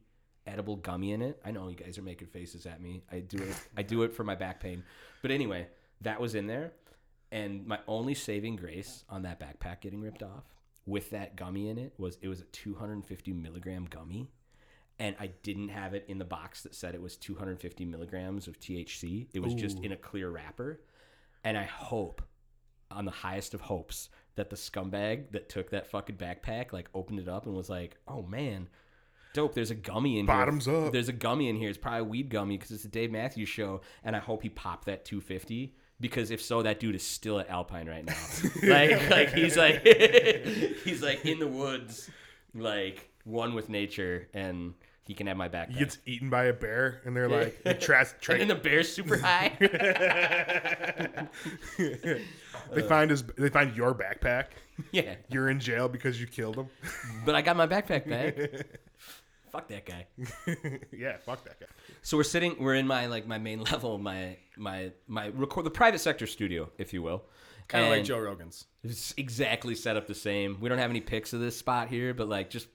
Speaker 1: edible gummy in it. I know you guys are making faces at me. I do it. I do it for my back pain. But anyway, that was in there, and my only saving grace on that backpack getting ripped off with that gummy in it was it was a 250 milligram gummy and I didn't have it in the box that said it was 250 milligrams of THC. It was just in a clear wrapper. And I hope, on the highest of hopes, that the scumbag that took that fucking backpack like opened it up and was like, "Oh man, dope! There's a gummy in
Speaker 2: Bottoms
Speaker 1: here.
Speaker 2: up.
Speaker 1: There's a gummy in here. It's probably a weed gummy because it's the Dave Matthews show." And I hope he popped that 250. Because if so, that dude is still at Alpine right now. like, like he's like, he's like in the woods, like one with nature, and he can have my backpack.
Speaker 2: He gets eaten by a bear, and they're like, they tra- tra-
Speaker 1: and then the bear's super high.
Speaker 2: they find his, they find your backpack.
Speaker 1: yeah,
Speaker 2: You're in jail because you killed him.
Speaker 1: but I got my backpack back. fuck that guy.
Speaker 2: yeah, fuck that guy.
Speaker 1: So we're sitting, we're in my like my main level, my my my record the private sector studio, if you will.
Speaker 3: Kind of like
Speaker 1: And
Speaker 3: Joe Rogan's.
Speaker 1: It's exactly set up the same. We don't have any pics of this spot here, but like just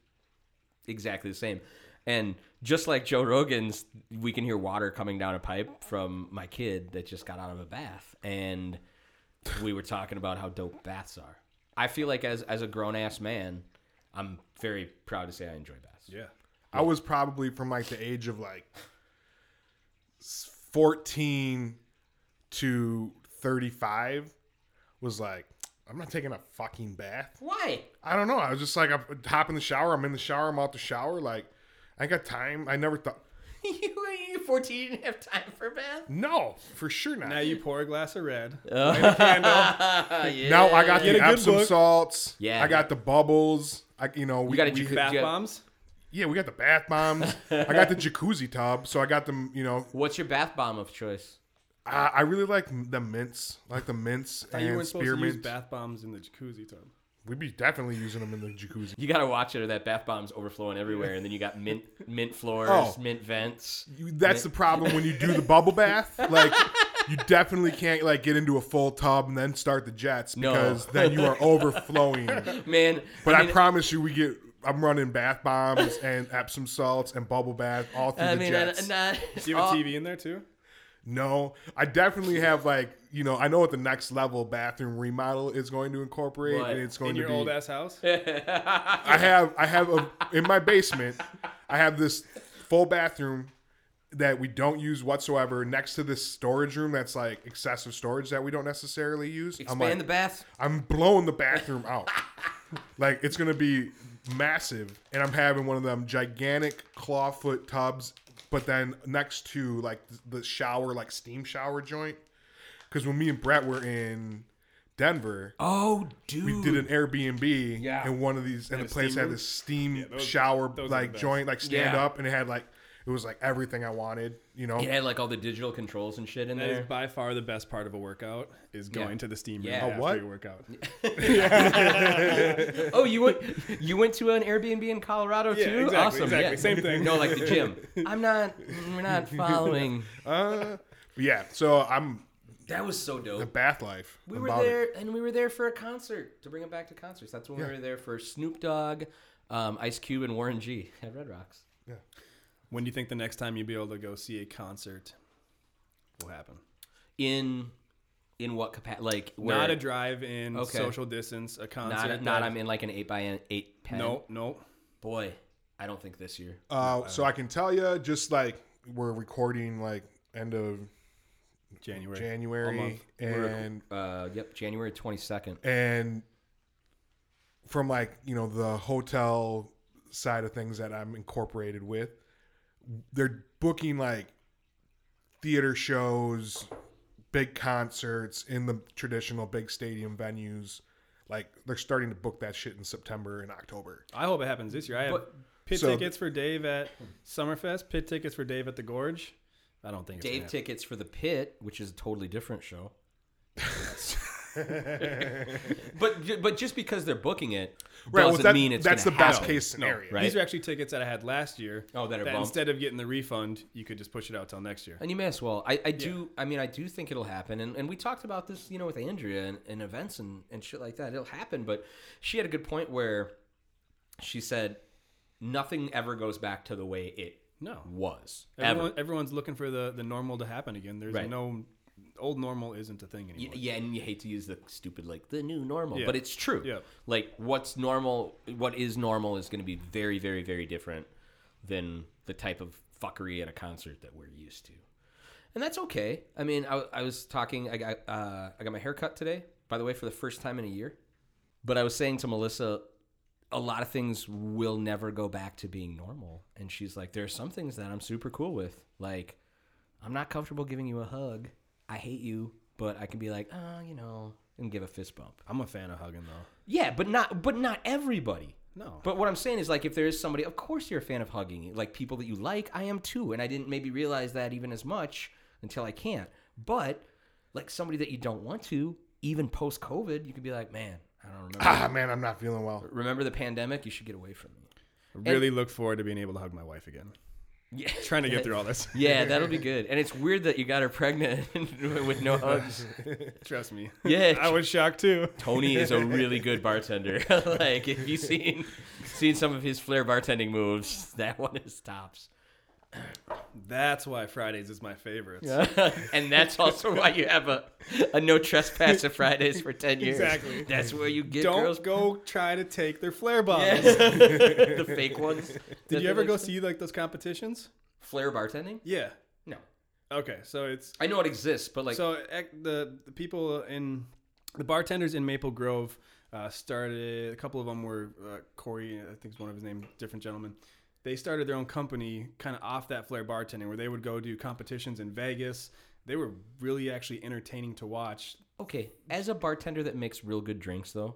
Speaker 1: exactly the same. And just like Joe Rogan's, we can hear water coming down a pipe from my kid that just got out of a bath. And we were talking about how dope baths are. I feel like as as a grown ass man, I'm very proud to say I enjoy baths.
Speaker 3: Yeah.
Speaker 2: I was probably from like the age of like s- 14 to 35 was like I'm not taking a fucking bath.
Speaker 1: Why?
Speaker 2: I don't know. I was just like I hop in the shower, I'm in the shower, I'm out the shower like I ain't got time. I never thought
Speaker 1: you were 14, you didn't have time for a bath?
Speaker 2: no, for sure not.
Speaker 3: Now you pour a glass of red.
Speaker 2: Now I got
Speaker 3: Get
Speaker 2: the
Speaker 3: a good
Speaker 2: Epsom
Speaker 3: book.
Speaker 2: salts.
Speaker 1: Yeah.
Speaker 2: I got the bubbles. I you know we,
Speaker 1: gotta
Speaker 2: we
Speaker 1: ju-
Speaker 3: bath
Speaker 1: Yeah.
Speaker 3: bombs.
Speaker 2: yeah we got the bath bombs. I got the jacuzzi tub, so I got them. You know
Speaker 1: What's your bath bomb of choice?
Speaker 2: I, I really like the mints, I like the mints
Speaker 3: Thought you
Speaker 2: and
Speaker 3: weren't supposed to use
Speaker 2: spearmint.
Speaker 3: bath bombs in the jacuzzi tub.
Speaker 2: We'd be definitely using them in the jacuzzi.
Speaker 1: You gotta watch it, or that bath bomb's overflowing everywhere, and then you got mint mint floors,
Speaker 2: Oh.
Speaker 1: mint vents.
Speaker 2: You, that's the problem when you do the bubble bath. Like you definitely can't like get into a full tub and then start the jets
Speaker 1: No.
Speaker 2: because then you are overflowing. But
Speaker 1: Man,
Speaker 2: I,
Speaker 1: I mean,
Speaker 2: promise you, we get. I'm running bath bombs and Epsom salts and bubble bath all through
Speaker 1: I
Speaker 2: the
Speaker 1: mean, I-
Speaker 2: jets.
Speaker 1: not-
Speaker 3: Do you have
Speaker 1: all-
Speaker 3: a TV in there too?
Speaker 2: No, I definitely have like you know I know what the next level bathroom remodel is going to incorporate,
Speaker 1: What?
Speaker 2: and it's going
Speaker 3: In
Speaker 2: to
Speaker 3: your
Speaker 2: be
Speaker 3: old ass house?
Speaker 2: I have I have a in my basement. I have this full bathroom that we don't use whatsoever next to this storage room that's like excessive storage that we don't necessarily use.
Speaker 1: Expand
Speaker 2: I'm like,
Speaker 1: the bath.
Speaker 2: I'm blowing the bathroom out. like it's gonna be massive, and I'm having one of them gigantic clawfoot tubs, but then next to like th- the shower, like steam shower joint. Because when me and Brett were in Denver,
Speaker 1: Oh, dude.
Speaker 2: we did an Airbnb,
Speaker 1: Yeah.
Speaker 2: and one of these, and the place
Speaker 3: steam
Speaker 2: had
Speaker 3: room?
Speaker 2: this steam
Speaker 3: those-
Speaker 2: shower
Speaker 3: those are the
Speaker 2: like
Speaker 3: best.
Speaker 2: joint, like stand
Speaker 1: Yeah.
Speaker 2: up, and it had like it was like everything I wanted, you know.
Speaker 1: it had like all the digital controls and shit in
Speaker 3: That is
Speaker 1: there.
Speaker 3: by far the best part of a workout is going to the steam room
Speaker 1: Yeah.
Speaker 2: A
Speaker 3: after
Speaker 2: what?
Speaker 3: your workout.
Speaker 1: Oh, you went you went to an Airbnb in Colorado too?
Speaker 3: exactly,
Speaker 1: awesome.
Speaker 3: exactly.
Speaker 1: Yeah.
Speaker 3: Same thing.
Speaker 1: No, like the gym. I'm not. We're not following.
Speaker 2: Uh, but yeah, so I'm
Speaker 1: That was so dope.
Speaker 2: the bath life.
Speaker 1: We
Speaker 2: I'm
Speaker 1: were
Speaker 2: about it.
Speaker 1: there, and we were there for a concert to bring him back to concerts. That's when we
Speaker 2: Yeah.
Speaker 1: were there for Snoop Dogg, um, Ice Cube, and Warren G at Red Rocks.
Speaker 3: When do you think the next time you'll be able to go see a concert will happen?
Speaker 1: In in what capacity? Like where,
Speaker 3: Not a drive-in,
Speaker 1: Okay.
Speaker 3: social distance, a concert.
Speaker 1: not,
Speaker 3: that-
Speaker 1: not I'm in like an eight by eight pen.
Speaker 3: No, no.
Speaker 1: boy, I don't think this year.
Speaker 2: Uh, so I can tell you, just like we're recording like end of
Speaker 3: January.
Speaker 2: January, and
Speaker 1: Uh, yep, January twenty second.
Speaker 2: and from like you know the hotel side of things that I'm incorporated with, they're booking like theater shows, big concerts in the traditional big stadium venues. Like they're starting to book that shit in September and October.
Speaker 3: I hope it happens this year. I have
Speaker 1: But-
Speaker 3: pit
Speaker 2: So-
Speaker 3: tickets for Dave at Summerfest, pit tickets for Dave at the Gorge. I don't think it's
Speaker 1: Dave
Speaker 3: Dave.
Speaker 1: tickets for the Pit, which is a totally different show. but but just because they're booking it doesn't
Speaker 2: that-
Speaker 1: mean it's
Speaker 2: that's the
Speaker 1: gonna
Speaker 2: best
Speaker 1: happen.
Speaker 2: case scenario.
Speaker 1: right?
Speaker 3: These are actually tickets that I had last year.
Speaker 1: Oh, that are bumped.
Speaker 3: instead of getting the refund, you could just push it out till next year.
Speaker 1: And you may as well. I, I do. I mean, I do think it'll happen. And, and we talked about this, you know, with Andrea and, and events and, and shit like that. It'll happen. But she had a good point where she said nothing ever goes back to the way it
Speaker 3: No.
Speaker 1: was.
Speaker 3: Everyone,
Speaker 1: ever.
Speaker 3: everyone's looking for the, the normal to happen again. There's
Speaker 1: Right.
Speaker 3: no old normal isn't a thing
Speaker 1: Y-
Speaker 3: anymore.
Speaker 1: Yeah, and you hate to use the stupid like the new normal,
Speaker 3: Yeah.
Speaker 1: but it's true.
Speaker 3: Yeah.
Speaker 1: Like what's normal, what is normal is going to be very, very, very different than the type of fuckery at a concert that we're used to, and that's okay. I mean, I, I was talking. I got uh, I got my hair cut today, by the way, for the first time in a year. But I was saying to Melissa, a lot of things will never go back to being normal, and she's like, "There are some things that I'm super cool with, like." I'm not comfortable giving you a hug. I hate you, but I can be like, oh, you know, and give a fist bump.
Speaker 3: I'm a fan of hugging though.
Speaker 1: Yeah, but not but not everybody.
Speaker 3: No.
Speaker 1: But what I'm saying is like if there is somebody, of course you're a fan of hugging, like people that you like, I am too, and I didn't maybe realize that even as much until I can't. But like somebody that you don't want to, even post COVID, you could be like, man, I don't remember.
Speaker 2: Ah man, I'm not feeling well.
Speaker 1: remember the pandemic? You should get away from me.
Speaker 3: Really look forward to being able to hug my wife again.
Speaker 1: Yeah.
Speaker 3: Trying to get through all this.
Speaker 1: Yeah, that'll be good. And it's weird that you got her pregnant with no hugs.
Speaker 3: Trust me.
Speaker 1: Yeah.
Speaker 3: I was shocked too.
Speaker 1: Tony is a really good bartender. like if you've seen seen some of his flair bartending moves, that one is tops.
Speaker 3: That's why Fridays is my favorite.
Speaker 1: and that's also why you have a, a no trespass at Fridays for ten years.
Speaker 3: Exactly.
Speaker 1: That's where you get
Speaker 3: Don't
Speaker 1: girls.
Speaker 3: go try to take their flare bottles.
Speaker 1: the fake ones.
Speaker 3: Did you ever go see like those competitions?
Speaker 1: flair bartending?
Speaker 3: Yeah.
Speaker 1: No.
Speaker 3: Okay, so it's
Speaker 1: I know it exists, but like
Speaker 3: so ec- the, the people in the bartenders in Maple Grove uh, started. A couple of them were uh, Corey, I think is one of his name, different gentleman. They started their own company, kind of off that flair bartending, where they would go do competitions in Vegas. They were really actually entertaining to watch.
Speaker 1: okay, as a bartender that makes real good drinks though.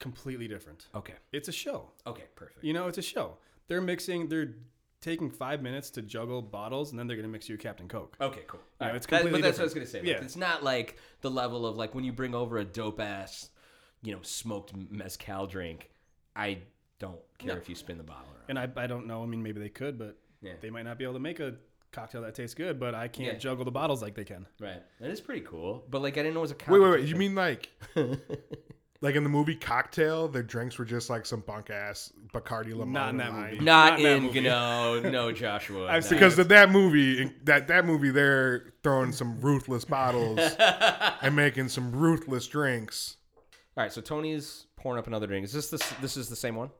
Speaker 3: Completely different.
Speaker 1: Okay.
Speaker 3: It's a show.
Speaker 1: Okay, perfect.
Speaker 3: You know, it's a show. They're mixing. They're taking five minutes to juggle bottles, and then they're gonna mix you Captain Coke.
Speaker 1: Okay, cool.
Speaker 3: Yeah, it's
Speaker 1: That-
Speaker 3: completely
Speaker 1: but that's what I
Speaker 3: different.
Speaker 1: was gonna say.
Speaker 3: Yeah.
Speaker 1: It's not like the level of like when you bring over a dope ass, you know, smoked mezcal drink. I don't care if you spin the bottle around.
Speaker 3: And I, I don't know. I mean, maybe they could, but
Speaker 1: Yeah.
Speaker 3: they might not be able to make a cocktail that tastes good. But I can't
Speaker 1: Yeah.
Speaker 3: juggle the bottles like they can.
Speaker 1: Right. That is pretty cool. But like I didn't know it was a
Speaker 2: Wait, wait, wait. You mean like, like in the movie Cocktail, their drinks were just like some bunk ass Bacardi Limon.
Speaker 3: Not in that
Speaker 2: wine.
Speaker 3: movie.
Speaker 1: not,
Speaker 3: Not that
Speaker 1: in
Speaker 3: movie.
Speaker 1: Gano, no Joshua.
Speaker 3: I've
Speaker 1: no.
Speaker 3: seen-
Speaker 2: Because in that movie, in that that movie, they're throwing some ruthless bottles and making some ruthless drinks.
Speaker 1: All right, so Tony's pouring up another drink. Is this the, s- this is the same one?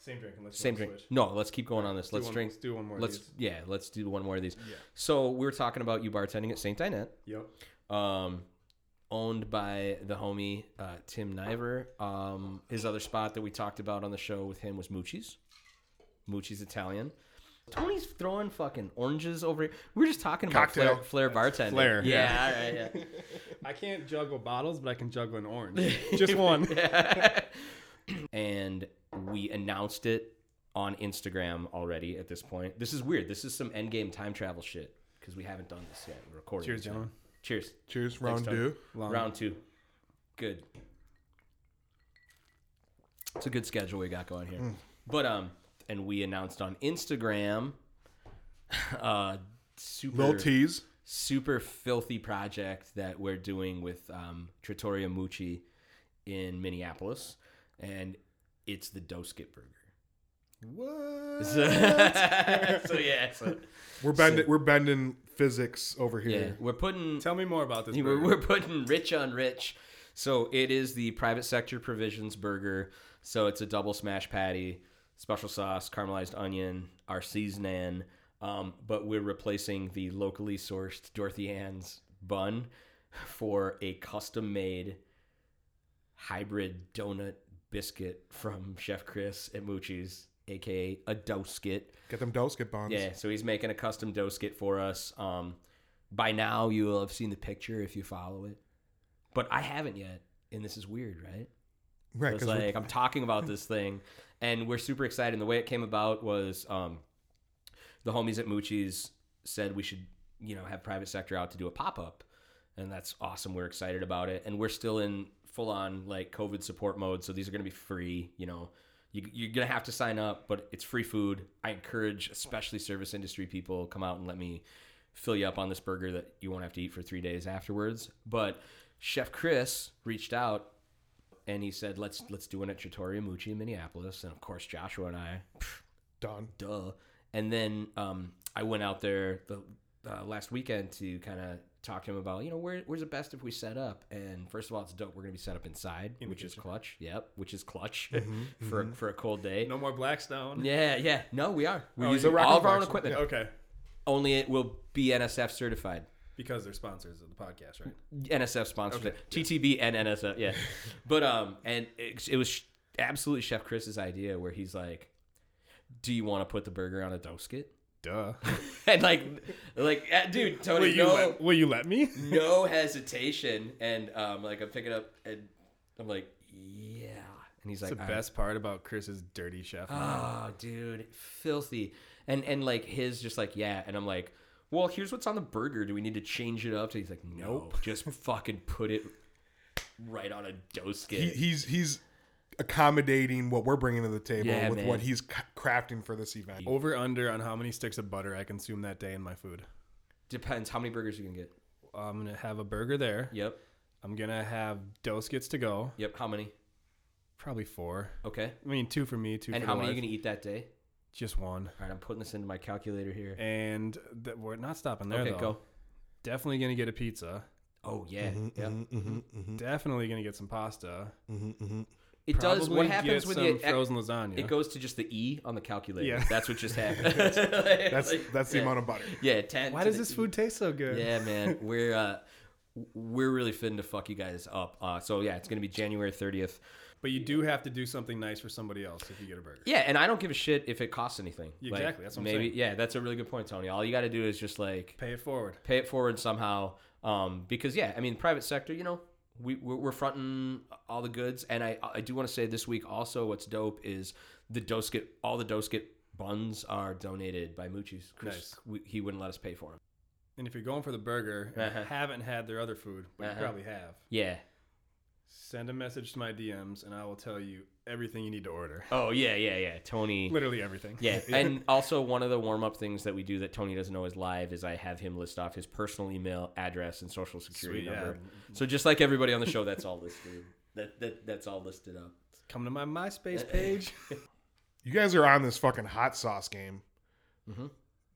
Speaker 3: Same drink. Unless
Speaker 1: Same drink. No, let's keep going on this. Let's
Speaker 3: one-
Speaker 1: drink.
Speaker 3: let's do one more of
Speaker 1: Let's
Speaker 3: these.
Speaker 1: yeah, let's do one more of these. So we were talking about you bartending at Saint Dinette.
Speaker 3: Yep.
Speaker 1: um, owned by the homie uh, Tim Niver. Um, his other spot that we talked about on the show with him was Moochie's. Moochie's Italian. Tony's throwing fucking oranges over here. We were just talking about flair,
Speaker 2: Cocktail.
Speaker 1: flair bartending.
Speaker 3: flair,
Speaker 1: Yeah, all right,
Speaker 3: I can't juggle bottles, but I can juggle an orange. Just one.
Speaker 1: yeah. and we announced it on Instagram already at this point. This is weird. This is some endgame time travel shit because we haven't done this yet. We're recording.
Speaker 3: Cheers,
Speaker 1: this now.
Speaker 3: gentlemen.
Speaker 1: Cheers.
Speaker 2: Cheers, round
Speaker 1: Tony.
Speaker 2: two.
Speaker 3: Long.
Speaker 1: Round two. Good. It's a good schedule we got going
Speaker 3: Mm.
Speaker 1: here. But um and we announced on Instagram uh super
Speaker 2: Little tease.
Speaker 1: super filthy project that we're doing with um Trattoria Mucci in Minneapolis and it's the Doskit burger.
Speaker 3: What?
Speaker 1: So, so yeah, so,
Speaker 2: We're bending. we're bending physics over here.
Speaker 1: yeah, we're putting
Speaker 3: Tell me more about this.
Speaker 1: We're,
Speaker 3: burger.
Speaker 1: we're putting rich on rich. So it is the private sector provisions burger. So it's a double smash patty, special sauce, caramelized onion, our seasoning. Um, but we're replacing the locally sourced Dorothy Ann's bun for a custom made hybrid donut biscuit from Chef Chris at Moochie's, aka a douskit.
Speaker 2: Get them Dosket bonds.
Speaker 1: Yeah, so he's making a custom dough skit for us. Um, by now, you will have seen the picture if you follow it, but I haven't yet, and this is weird, right?
Speaker 2: right.
Speaker 1: It's
Speaker 2: Because
Speaker 1: like I'm talking about this thing, and we're super excited. And the way it came about was um, the homies at Moochie's said we should, you know, have private sector out to do a pop up, and that's awesome. We're excited about it, and we're still in full on like COVID support mode, so these are gonna be free. You know, you, you're gonna have to sign up, but it's free food. I encourage, especially service industry people, come out and let me fill you up on this burger that you won't have to eat for three days afterwards. But Chef Chris reached out and he said, "Let's let's do one at Trattoria Mucci in Minneapolis." And of course, Joshua and I,
Speaker 2: done.
Speaker 1: duh. And then um, I went out there the uh, last weekend to kind of talk to him about, you know, where where's it best if we set up? And first of all, it's dope. We're gonna be set up inside, which is clutch. Yep, which is clutch for for a cold day.
Speaker 3: no more Blackstone.
Speaker 1: Yeah, yeah. No, we are. We're
Speaker 3: Oh,
Speaker 1: using
Speaker 3: you-
Speaker 1: all of our own
Speaker 2: Rocketbox,
Speaker 1: equipment.
Speaker 3: Okay.
Speaker 1: Only it will be NSF certified.
Speaker 3: Because they're sponsors of the podcast, right?
Speaker 1: NSF sponsors it. TTB and NSF, yeah. but um, and it, it was absolutely Chef Chris's idea where he's like, "Do you want to put the burger on a dosket?"
Speaker 3: Duh.
Speaker 1: And like, like, eh, dude,
Speaker 3: will
Speaker 1: Tony,
Speaker 3: you
Speaker 1: no,
Speaker 3: let, will you let me?
Speaker 1: no hesitation, and um, like I pick it up and I'm like, yeah, and he's like,
Speaker 3: That's the
Speaker 1: "All right."
Speaker 3: best part about Chris's dirty chef.
Speaker 1: Oh, dude, filthy. And and like his just like, yeah, and I'm like, well, here's what's on the burger. Do we need to change it up? So he's like, no, just fucking put it right on a dough
Speaker 2: He,
Speaker 1: skin.
Speaker 2: he's he's accommodating what we're bringing to the table
Speaker 1: Yeah,
Speaker 2: with
Speaker 1: man.
Speaker 2: what he's c- crafting for this event.
Speaker 3: Over under on how many sticks of butter I consume that day in my food.
Speaker 1: Depends how many burgers you can get.
Speaker 3: I'm gonna have a burger there.
Speaker 1: Yep.
Speaker 3: I'm gonna have dose gets to go.
Speaker 1: Yep. How many?
Speaker 3: Probably four.
Speaker 1: Okay.
Speaker 3: I mean, two for me, two
Speaker 1: And
Speaker 3: for
Speaker 1: how
Speaker 3: the
Speaker 1: many are
Speaker 3: wife.
Speaker 1: you gonna eat that day?
Speaker 3: Just one.
Speaker 1: All right, I'm putting this into my calculator here.
Speaker 3: And th- we're not stopping there
Speaker 1: okay,
Speaker 3: though.
Speaker 1: go.
Speaker 3: Definitely gonna get a pizza.
Speaker 1: Oh yeah.
Speaker 3: Mm-hmm,
Speaker 1: Yep.
Speaker 2: Mm-hmm,
Speaker 3: Definitely gonna get some pasta.
Speaker 1: It does. What
Speaker 3: Probably
Speaker 1: happens
Speaker 3: get
Speaker 1: when
Speaker 3: some
Speaker 1: you
Speaker 3: frozen lasagna?
Speaker 1: e- It goes to just the E on the calculator.
Speaker 3: Yeah.
Speaker 1: That's what just happened. that's
Speaker 2: That's that's the
Speaker 1: yeah.
Speaker 2: amount of butter.
Speaker 1: yeah. Ten.
Speaker 3: Why
Speaker 1: to
Speaker 3: does
Speaker 1: the
Speaker 3: this
Speaker 1: E.
Speaker 3: food taste so good?
Speaker 1: Yeah, man, we're uh, we're really fitting to fuck you guys up. Uh, so yeah, it's gonna be January thirtieth.
Speaker 3: But you do have to do something nice for somebody else if you get a burger.
Speaker 1: Yeah, and I don't give a shit if it costs anything.
Speaker 3: Exactly, that's what I'm
Speaker 1: maybe.
Speaker 3: saying.
Speaker 1: Yeah, that's a really good point, Tony. All you got to do is just like
Speaker 3: Pay it forward.
Speaker 1: pay it forward somehow. Um, because yeah, I mean, private sector, you know, we we're, we're fronting all the goods, and I I do want to say this week also, what's dope is the dose get all the dose get buns are donated by Moochie's. 'cause
Speaker 3: Nice.
Speaker 1: we- he wouldn't let us pay for them.
Speaker 3: And if you're going for the burger and
Speaker 1: Uh-huh.
Speaker 3: haven't had their other food, but
Speaker 1: Uh-huh.
Speaker 3: you probably have,
Speaker 1: Yeah.
Speaker 3: send a message to my DMs and I will tell you everything you need to order.
Speaker 1: Oh yeah, yeah, yeah. Tony.
Speaker 3: Literally everything.
Speaker 1: Yeah, and also one of the warm up things that we do that Tony doesn't know is live is I have him list off his personal email address and social security
Speaker 3: Sweet, yeah.
Speaker 1: number. So just like everybody on the show, that's all listed. That, that that's all listed up.
Speaker 3: Come to my MySpace
Speaker 1: Uh,
Speaker 3: page.
Speaker 2: You guys are on this fucking hot sauce game.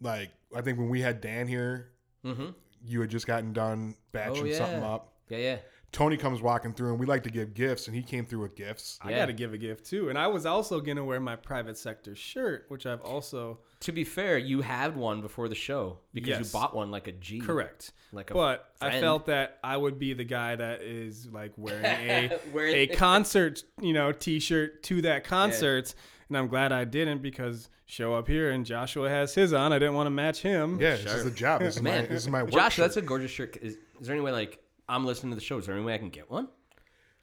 Speaker 2: Like I think when we had Dan here,
Speaker 1: Mm-hmm.
Speaker 2: you had just gotten done batching
Speaker 1: Oh, yeah.
Speaker 2: something up.
Speaker 1: Yeah, yeah.
Speaker 2: Tony comes walking through, and we like to give gifts, and he came through with gifts.
Speaker 3: I
Speaker 1: Yeah.
Speaker 3: got to give a gift too. And I was also going to wear my private sector shirt, which I've also.
Speaker 1: To be fair, you had one before the show because
Speaker 3: Yes.
Speaker 1: you bought one like a G.
Speaker 3: Correct.
Speaker 1: Like a
Speaker 3: But I
Speaker 1: Hmm. friend.
Speaker 3: felt that I would be the guy that is like wearing a
Speaker 1: Wearing-
Speaker 3: a concert, you know, t-shirt to that concert, and I'm glad I didn't because show up here and Joshua has his on. I didn't want to match him.
Speaker 2: Yeah, this is a job. This is my
Speaker 1: Man,
Speaker 2: this is my work.
Speaker 1: Josh,
Speaker 2: shirt.
Speaker 1: that's a gorgeous shirt. Is, is there any way like I'm listening to the show? Is there any way I can get one?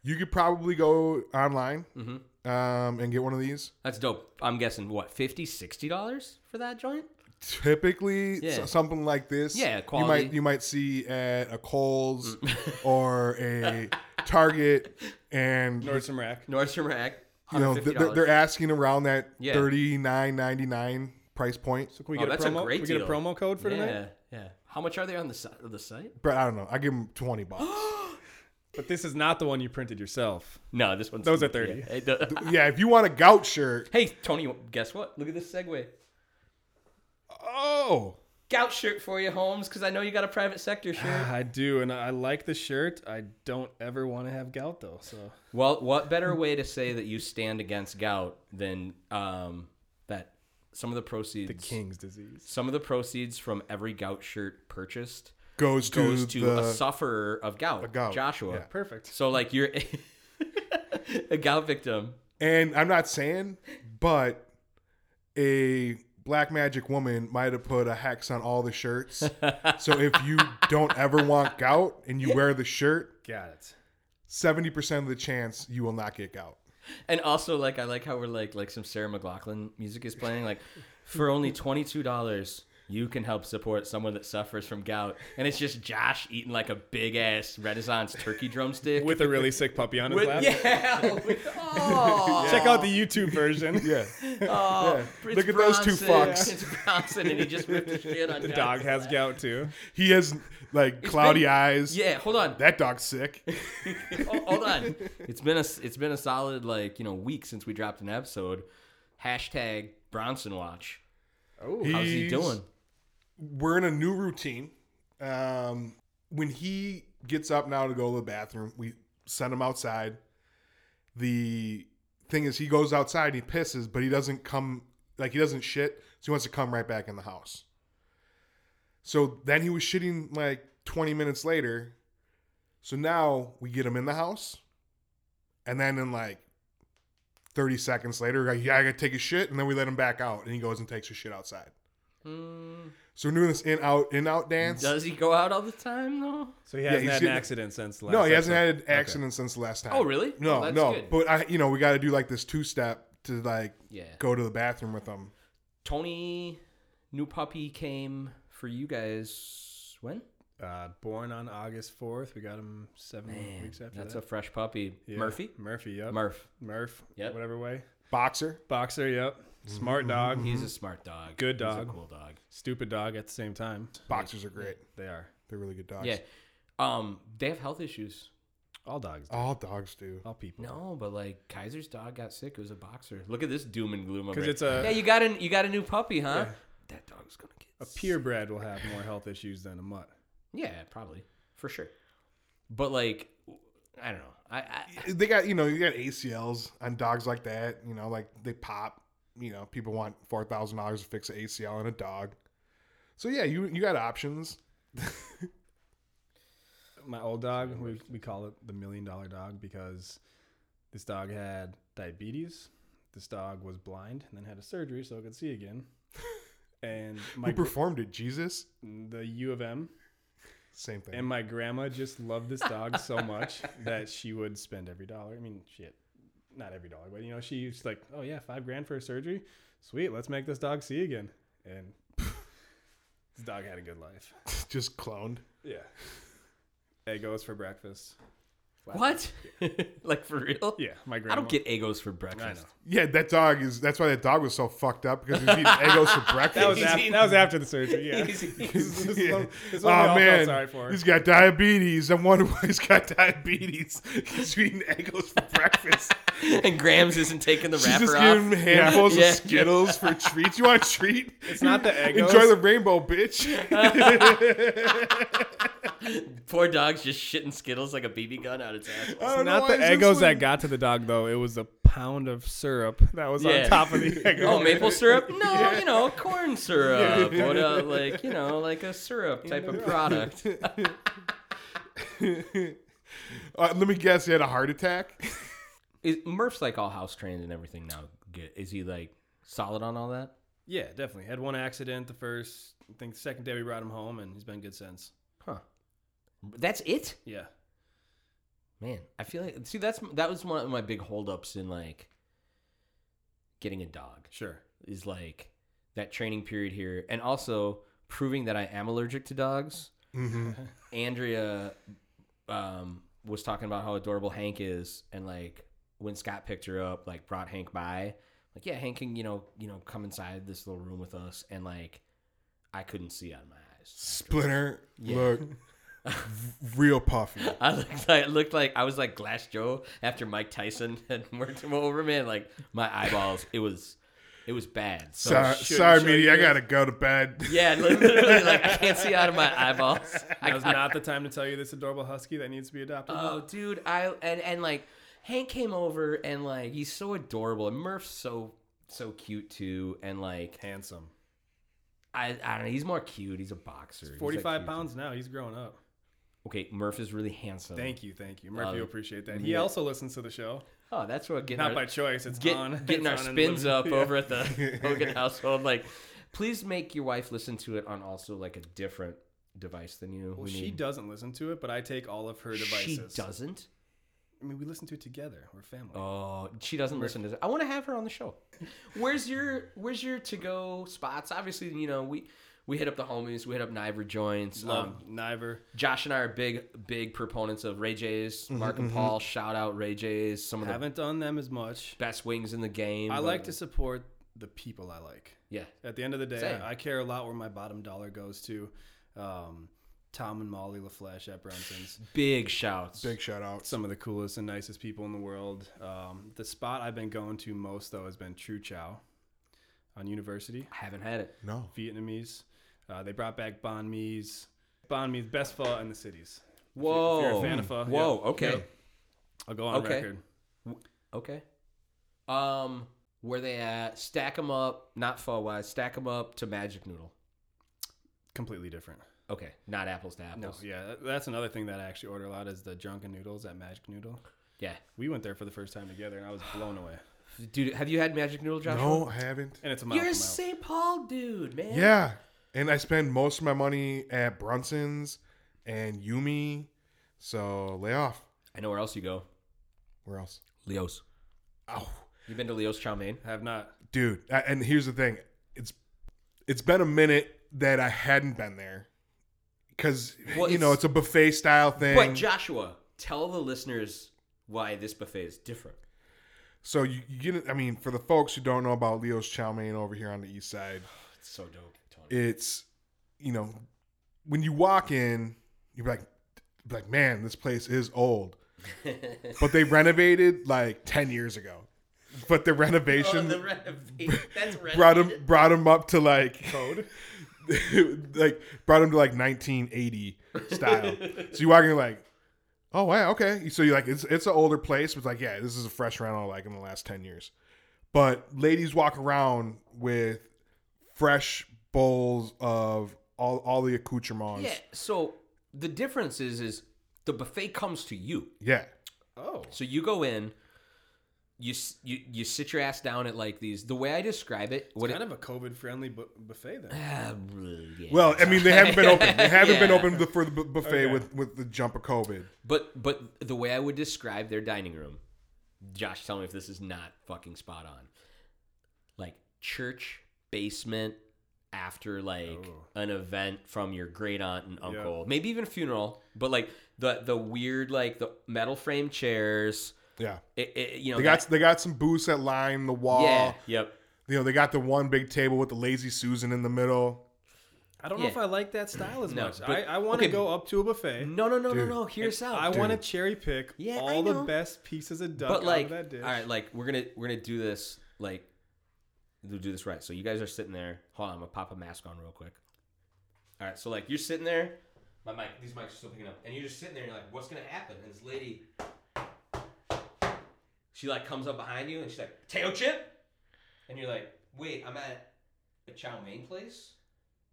Speaker 2: you could probably go online
Speaker 1: Mm-hmm.
Speaker 2: um, and get one of these.
Speaker 1: That's dope. I'm guessing what 50 dollars for that joint.
Speaker 2: Typically, s-
Speaker 1: Yeah.
Speaker 2: something like this,
Speaker 1: Yeah,
Speaker 2: you
Speaker 1: quality. Mm.
Speaker 2: might you might see at a Kohl's or a Target, and
Speaker 3: Nordstrom Rack.
Speaker 1: Nordstrom Rack.
Speaker 2: you know th- they're,
Speaker 1: $150.
Speaker 2: they're asking around that
Speaker 1: Yeah.
Speaker 2: thirty nine ninety nine price point.
Speaker 3: So can we
Speaker 1: Oh,
Speaker 3: get
Speaker 1: that's
Speaker 3: a
Speaker 1: a
Speaker 3: promo?
Speaker 1: great
Speaker 3: can we get
Speaker 1: deal.
Speaker 3: a promo code for
Speaker 1: yeah,
Speaker 3: tonight.
Speaker 1: yeah. How much are they on the side of the site?
Speaker 2: But I don't know. I give them twenty bucks.
Speaker 3: But this is not the one you printed yourself.
Speaker 1: No, this one's
Speaker 3: Those are 30.
Speaker 1: yeah. It do-
Speaker 2: yeah, if you want a gout shirt,
Speaker 1: hey, Tony, guess what? Look at this segue.
Speaker 2: oh,
Speaker 1: Gout shirt for you, Holmes, because I know you got a private sector shirt.
Speaker 3: I do, and I like the shirt. I don't ever want to have gout though. So
Speaker 1: well, what better way to say that you stand against gout than um, that some of the proceeds,
Speaker 3: King's disease.
Speaker 1: some of the proceeds from every gout shirt purchased
Speaker 2: goes to
Speaker 1: goes to
Speaker 2: the,
Speaker 1: a sufferer of gout,
Speaker 2: gout,
Speaker 1: Joshua.
Speaker 2: yeah.
Speaker 3: Perfect.
Speaker 1: So, like, you're a gout victim.
Speaker 2: And I'm not saying, but a black magic woman might have put a hex on all the shirts. so if you don't ever want gout and you wear the shirt,
Speaker 3: Got it.
Speaker 2: 70% of the chance you will not get gout.
Speaker 1: And also, like, I like how we're like, like some Sarah McLaughlin music is playing. Like, for only twenty two dollars, you can help support someone that suffers from gout. And it's just Josh eating like a big ass Renaissance turkey drumstick.
Speaker 3: With a really sick puppy on his lap.
Speaker 1: yeah, with- oh,
Speaker 3: Check out the YouTube version.
Speaker 2: Yeah.
Speaker 1: oh, it's
Speaker 2: Look at those two
Speaker 1: Bronson.
Speaker 2: fucks.
Speaker 1: It's Bronson, and he just ripped the shit on
Speaker 3: the dog has gout too.
Speaker 2: He has like cloudy
Speaker 1: been-
Speaker 2: eyes.
Speaker 1: Yeah, hold on,
Speaker 2: That dog's sick.
Speaker 1: Ho- hold on. It's been a it's been a solid like you know week since we dropped an episode. Hashtag Bronson Watch.
Speaker 3: Oh,
Speaker 1: How's he
Speaker 2: He's-
Speaker 1: doing?
Speaker 2: We're in a new routine. Um, when he gets up now to go to the bathroom, we send him outside. The thing is, he goes outside, he pisses, but he doesn't come, like, he doesn't shit. So he wants to come right back in the house. So then he was shitting like 20 minutes later. So now we get him in the house. And then in like 30 seconds later, we're like, yeah, I gotta take a shit. And then we let him back out and he goes and takes his shit outside. So we're doing this in out, in out dance.
Speaker 1: Does he go out all the time though?
Speaker 3: So he hasn't
Speaker 2: he's
Speaker 3: had an
Speaker 2: getting-
Speaker 3: accident since the last.
Speaker 2: No, he hasn't
Speaker 3: episode.
Speaker 2: had an accident since the last time.
Speaker 1: Oh, really?
Speaker 2: No,
Speaker 1: Oh, that's
Speaker 2: no.
Speaker 1: good.
Speaker 2: But I, you know, we got to do like this two step to like
Speaker 1: Yeah.
Speaker 2: go to the bathroom with them.
Speaker 1: Tony, new puppy came for you guys when?
Speaker 3: Uh, born on August 4th. We got him seven
Speaker 1: Man,
Speaker 3: weeks after
Speaker 1: that's
Speaker 3: that.
Speaker 1: a fresh puppy.
Speaker 3: Yeah.
Speaker 1: Murphy?
Speaker 3: Murphy, yep.
Speaker 1: Murph.
Speaker 3: Murph,
Speaker 1: Yep. Mm-hmm.
Speaker 3: whatever way.
Speaker 2: Boxer.
Speaker 3: Boxer, yep. Smart dog.
Speaker 1: He's a smart dog.
Speaker 3: Mm-hmm. Good
Speaker 1: He's
Speaker 3: dog.
Speaker 1: a cool dog.
Speaker 3: Stupid dog at the same time.
Speaker 2: Boxers are great.
Speaker 3: They are.
Speaker 2: They're really good dogs.
Speaker 1: Yeah. Um, they have health issues.
Speaker 3: All dogs do.
Speaker 2: All dogs do.
Speaker 3: All people.
Speaker 1: No, but like Kaiser's dog got sick. It was a boxer. Look at this doom and gloom. Because
Speaker 3: 'Cause it's a-
Speaker 1: yeah. You got a you got a new puppy, huh?
Speaker 3: Yeah.
Speaker 1: That dog's gonna get
Speaker 3: A purebred will have more health issues than a mutt.
Speaker 1: Yeah, probably for sure. But like, I don't know. I, I
Speaker 2: They got you know you got ACLs on dogs like that. You know like they pop. You know people want four thousand dollars to fix an ACL on a dog. So yeah, you you got options.
Speaker 3: My old dog, we, we call it the million dollar dog because this dog had diabetes. This dog was blind and then had a surgery so it could see again. And my
Speaker 2: Who performed it? Jesus.
Speaker 3: the U of M
Speaker 2: Same thing.
Speaker 3: and my grandma just loved this dog so much that she would spend every dollar. I mean, shit, not every dollar, but you know, she's like, oh yeah, five grand for a surgery, sweet. Let's make this dog see again. And this dog had a good life.
Speaker 2: Just cloned.
Speaker 3: Yeah. Egos for breakfast.
Speaker 1: what? like for real?
Speaker 3: Yeah, my grandma.
Speaker 1: I don't get egos for
Speaker 3: I
Speaker 1: breakfast.
Speaker 3: know.
Speaker 2: Yeah, that dog is. That's why that dog was so fucked up because he was eating egos for breakfast.
Speaker 3: That was,
Speaker 1: He's
Speaker 3: after,
Speaker 1: eating-
Speaker 3: that was after the surgery. Yeah.
Speaker 1: He's-
Speaker 3: This is
Speaker 2: Yeah.
Speaker 3: one- this is one we all
Speaker 2: oh
Speaker 3: felt
Speaker 2: man,
Speaker 3: sorry for.
Speaker 2: he's got diabetes. I wonder why he's got diabetes. He's eating egos for breakfast.
Speaker 1: and Grams isn't taking the
Speaker 2: She's just
Speaker 1: wrapper off.
Speaker 2: giving him handfuls
Speaker 1: Yeah.
Speaker 2: of Skittles for treats. You want a treat?
Speaker 3: It's not the egos.
Speaker 2: Enjoy the rainbow, bitch.
Speaker 1: Poor dog's just shitting Skittles like a BB gun out its Oh, asshole.
Speaker 2: I don't know
Speaker 3: not
Speaker 2: why
Speaker 3: the
Speaker 2: it's
Speaker 3: egos
Speaker 2: this
Speaker 3: that
Speaker 2: one.
Speaker 3: got to the dog though. It was a pound of syrup that was
Speaker 1: Yeah.
Speaker 3: on top of the egos.
Speaker 1: Oh, maple syrup? No, you know, corn syrup. What a, like, you know, like a syrup type of product.
Speaker 2: Uh, let me guess. He had a heart attack.
Speaker 1: Is, Murph's like all house trained and everything now. Good. Is he like solid on all that?
Speaker 3: Yeah, definitely. Had one accident the first, I think the second day we brought him home, and he's been good since.
Speaker 1: Huh. That's it?
Speaker 3: Yeah.
Speaker 1: Man, I feel like see that's that was one of my big holdups in like getting a dog
Speaker 3: Sure.
Speaker 1: is like that training period here, and also proving that I am allergic to dogs. Andrea um, was talking about how adorable Hank is, and like when Scott picked her up, like brought Hank by, like yeah, Hank can you know you know come inside this little room with us, and like I couldn't see out of my eyes.
Speaker 2: Splinter, look, v- real puffy.
Speaker 1: I looked like looked like I was like Glass Joe after Mike Tyson had worked him over, man. Like my eyeballs, it was it was bad. So
Speaker 2: Sorry,
Speaker 3: shouldn't
Speaker 2: sorry
Speaker 3: show
Speaker 2: meaty.
Speaker 3: you
Speaker 2: I
Speaker 3: this.
Speaker 2: gotta go to bed.
Speaker 1: yeah, li- literally, like I can't see out of my eyeballs. I
Speaker 3: That was not the time to tell you this adorable husky that needs to be adopted.
Speaker 1: oh, dude, I and and like Hank came over and like he's so adorable and Murph's so so cute too and like
Speaker 3: Handsome.
Speaker 1: I I don't know he's more cute. He's a boxer. He's, like,
Speaker 3: 45
Speaker 1: cute.
Speaker 3: pounds now. He's growing up.
Speaker 1: Okay, Murph is really handsome.
Speaker 3: Thank you. Thank you. Murphy
Speaker 1: it.
Speaker 3: will appreciate that. He
Speaker 1: um, Yeah.
Speaker 3: also listens to the show.
Speaker 1: Oh, that's what getting
Speaker 3: Not
Speaker 1: our-
Speaker 3: by choice. It's
Speaker 1: get,
Speaker 3: on.
Speaker 1: getting
Speaker 3: it's
Speaker 1: our
Speaker 3: on in
Speaker 1: spins
Speaker 3: living-
Speaker 1: up
Speaker 3: Yeah.
Speaker 1: over at the Hogan household. Like, please make your wife listen to it on also like a different device than you.
Speaker 3: Well,
Speaker 1: We
Speaker 3: she
Speaker 1: need-
Speaker 3: doesn't listen to it, but I take all of her
Speaker 1: she
Speaker 3: devices.
Speaker 1: doesn't.
Speaker 3: I mean, we listen to it together. We're family. Um,
Speaker 1: Oh, she doesn't listen to. I want to have her on the show. Where's your Where's your to go spots? Obviously, you know we we hit up the homies. We hit up Niver joints.
Speaker 3: Love
Speaker 1: Um,
Speaker 3: Niver.
Speaker 1: Josh and I are big big proponents of Ray J's. Mark and Paul shout out Ray J's. Some of the
Speaker 3: Mm-hmm, Haven't done them as much.
Speaker 1: best wings in the game.
Speaker 3: I
Speaker 1: but-
Speaker 3: like to support the people I like.
Speaker 1: Yeah,
Speaker 3: At the end of the day,
Speaker 1: Same.
Speaker 3: I, I care a lot where my bottom dollar goes to. Um, Tom and Molly LaFleche at Brunson's,
Speaker 1: big shouts.
Speaker 2: Big shout out.
Speaker 3: some of the coolest and nicest people in the world. Um, the spot I've been going to most though has been True Chow, on University,
Speaker 1: I haven't had it.
Speaker 2: No.
Speaker 3: Vietnamese. Uh, they brought back banh mi's, banh mi's best pho in the cities.
Speaker 1: Whoa.
Speaker 3: If you're a fan of pho,
Speaker 1: Whoa.
Speaker 3: yeah.
Speaker 1: Okay.
Speaker 3: I'll go on
Speaker 1: Okay.
Speaker 3: record.
Speaker 1: Okay. Um, where they at? Stack them up. Not pho wise. Stack them up to magic noodle.
Speaker 3: Completely different.
Speaker 1: Okay, not apples to
Speaker 3: No,
Speaker 1: apples.
Speaker 3: yeah, that- that's another thing that I actually order a lot is the drunken noodles at Magic Noodle.
Speaker 1: Yeah,
Speaker 3: We went there for the first time together, and I was blown away.
Speaker 1: dude, have you had magic noodle, Joshua?
Speaker 2: No, I haven't.
Speaker 3: And it's a mouth
Speaker 1: You're
Speaker 3: to
Speaker 1: a
Speaker 3: mouth.
Speaker 1: St. Paul dude, man.
Speaker 2: Yeah. And I spend most of my money at Brunson's and Yumi. So lay off.
Speaker 1: I know where else you go.
Speaker 2: Where else?
Speaker 1: Leo's.
Speaker 2: Oh,
Speaker 1: You been to Leo's Chow Mein?
Speaker 3: Have not.
Speaker 2: dude. I, and here's the thing. It's it's been a minute that I hadn't been there. because
Speaker 1: Well,
Speaker 2: you know
Speaker 1: it's-
Speaker 2: it's a buffet style thing.
Speaker 1: But Joshua, tell the listeners why this buffet is different.
Speaker 2: so you, you get, it- I mean, for the folks who don't know about Leo's Chow Mein over here on the East Side,
Speaker 1: It's so dope, Tony.
Speaker 2: it's you know when you walk in, you're like, like man, this place is old, but they renovated like ten years ago. But the
Speaker 1: Oh,
Speaker 3: Oh,
Speaker 2: renovation
Speaker 1: renovation. That's
Speaker 2: brought him brought him up to like like brought him to like 1980 style. so you walk in you're like, oh wow, okay. So you are like it's it's an older place, but it's like yeah, this is a fresh rental like in the last ten years. But ladies walk around with fresh bowls of all all the accoutrements.
Speaker 1: Yeah. So the difference is, is the buffet comes to you.
Speaker 2: yeah.
Speaker 3: Oh,
Speaker 1: So you go in, you s- you you sit your ass down at like these. The way I describe it, what
Speaker 3: kind
Speaker 1: it,
Speaker 3: of a COVID-friendly bu- buffet then.
Speaker 1: Ah, bleh, yeah.
Speaker 2: Well, I mean, they haven't been open. They haven't been
Speaker 1: Yeah.
Speaker 2: open the- for the bu- buffet
Speaker 3: Okay.
Speaker 2: with, with the jump of COVID.
Speaker 1: but but the way I would describe their dining room, Josh, tell me if this is not fucking spot on. Like church basement after like an event from your great aunt and uncle, maybe even funeral, but like the the weird like the metal frame chairs.
Speaker 2: Yeah,
Speaker 1: It, it, you know,
Speaker 2: they got
Speaker 1: that-
Speaker 2: they got some booths that line the wall.
Speaker 1: yeah, yep.
Speaker 2: You know, they got the one big table with the lazy Susan in the middle.
Speaker 3: I don't
Speaker 1: Yeah.
Speaker 3: know if I like that style as
Speaker 1: No,
Speaker 3: much.
Speaker 1: but-
Speaker 3: I, I want to
Speaker 1: okay,
Speaker 3: go up to a buffet.
Speaker 1: No, no, no,
Speaker 2: Dude.
Speaker 1: no, no. Here's out.
Speaker 3: I want to cherry pick
Speaker 1: Yeah, I
Speaker 3: all the
Speaker 1: know.
Speaker 3: best pieces of duck
Speaker 1: but like,
Speaker 3: out of that dish.
Speaker 1: all right, like we're gonna we're gonna do this like we'll do this right. So you guys are sitting there. Hold on, I'm gonna pop a mask on real quick. All right, so like you're sitting there. My mic, these mics are still picking up, and you're just sitting there. and You're like, what's gonna happen? And this lady, she like comes up behind you and she's like, potato chip, and you're like, wait, I'm at a chow mein place.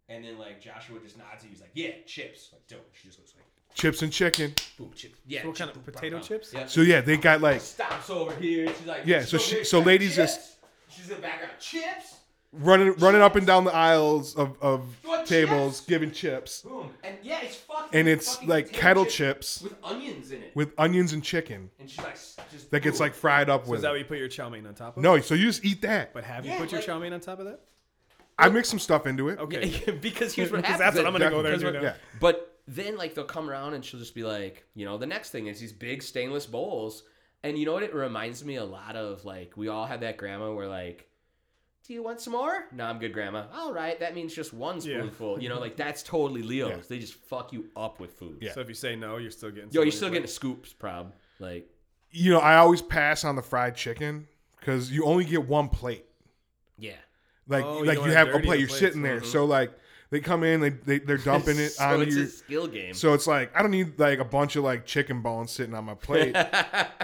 Speaker 1: And then like Joshua just nods at you. He's like, yeah, chips. Like dope. She just looks like,
Speaker 2: Chips and chicken.
Speaker 1: boom, chips. Yeah.
Speaker 3: what kind
Speaker 1: chip,
Speaker 3: of-
Speaker 1: boom,
Speaker 3: potato
Speaker 1: bam, bam.
Speaker 3: chips?
Speaker 1: Yeah
Speaker 2: So yeah, they got like
Speaker 1: stops over here. and She's like,
Speaker 2: Yeah, so
Speaker 1: "She's
Speaker 2: she-
Speaker 1: over here,
Speaker 2: so
Speaker 1: she's
Speaker 2: ladies
Speaker 1: chips."
Speaker 2: just-
Speaker 1: She's in the background. Chips.
Speaker 2: running running up and down the aisles of, of
Speaker 1: You want
Speaker 2: tables
Speaker 1: chips?
Speaker 2: giving chips.
Speaker 1: Boom. And yeah, it's fucking.
Speaker 2: And it's
Speaker 1: fucking
Speaker 2: like
Speaker 1: potato
Speaker 2: kettle
Speaker 1: chips
Speaker 2: chips
Speaker 1: with onions in it.
Speaker 2: with onions and chicken
Speaker 1: and she's like, s- just
Speaker 2: that gets
Speaker 1: boom.
Speaker 2: like fried up
Speaker 3: So is
Speaker 2: with.
Speaker 3: that
Speaker 2: it.
Speaker 3: what you put your chow mein on top of?
Speaker 2: No, so you just eat that.
Speaker 3: But have you
Speaker 1: Yeah,
Speaker 3: put your
Speaker 1: like-
Speaker 3: chow mein on top of that?
Speaker 2: I mix some stuff into it.
Speaker 3: Okay.
Speaker 1: because here's what
Speaker 3: Because
Speaker 1: happens.
Speaker 3: that's what I'm gonna go there
Speaker 1: Because
Speaker 3: and do
Speaker 1: what-
Speaker 3: now.
Speaker 2: Yeah.
Speaker 1: But then like they'll come around and she'll just be like, you know, the next thing is these big stainless bowls. And you know what? It reminds me a lot of like we all had that grandma where like. Do you want some more? No, I'm good, Grandma. All right, that means just one
Speaker 3: Yeah.
Speaker 1: spoonful. You know, like that's totally Leo's.
Speaker 2: Yeah.
Speaker 1: They just fuck you up with food.
Speaker 2: Yeah.
Speaker 3: So if you say no, you're still getting.
Speaker 1: Yo,
Speaker 3: some
Speaker 1: you're
Speaker 3: on
Speaker 1: still
Speaker 3: your
Speaker 1: getting scoops, prob. Like,
Speaker 2: You know, I always pass on the fried chicken because you only get one plate.
Speaker 1: yeah.
Speaker 2: Like
Speaker 3: Oh, you
Speaker 2: like
Speaker 3: don't
Speaker 2: you,
Speaker 3: wanna
Speaker 2: have a
Speaker 3: dirty
Speaker 2: plate.
Speaker 3: the
Speaker 2: You're
Speaker 3: plates. Mm-hmm.
Speaker 2: sitting there. So like they come in, they, they they're dumping it
Speaker 1: so
Speaker 2: on
Speaker 1: it's
Speaker 2: you.
Speaker 1: a skill game.
Speaker 2: So it's like I don't need like a bunch of like chicken bones sitting on my plate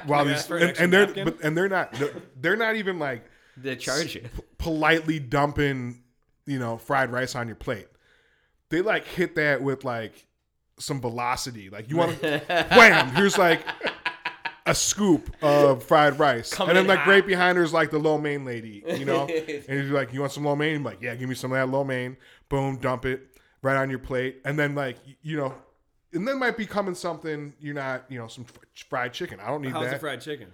Speaker 2: while these
Speaker 3: for an
Speaker 2: and,
Speaker 3: extra
Speaker 2: and they're
Speaker 3: napkin?
Speaker 2: but, and they're not they're, they're not even like
Speaker 1: they charge you.
Speaker 2: politely dumping you know fried rice on your plate. They like hit that with like some velocity. Like you want to wham. Here's like a scoop of fried rice,
Speaker 1: Coming
Speaker 2: and then
Speaker 1: in
Speaker 2: like
Speaker 1: hot.
Speaker 2: right behind her is like the lo mein lady. You know, and you're like, you want some lo mein? I'm like, yeah, give me some of that lo mein. Boom, dump it right on your plate, and then like y- you know. And then might be coming something you're not, you know, some fr- fried chicken. I don't need
Speaker 3: plate. How's the
Speaker 2: that.
Speaker 3: fried chicken?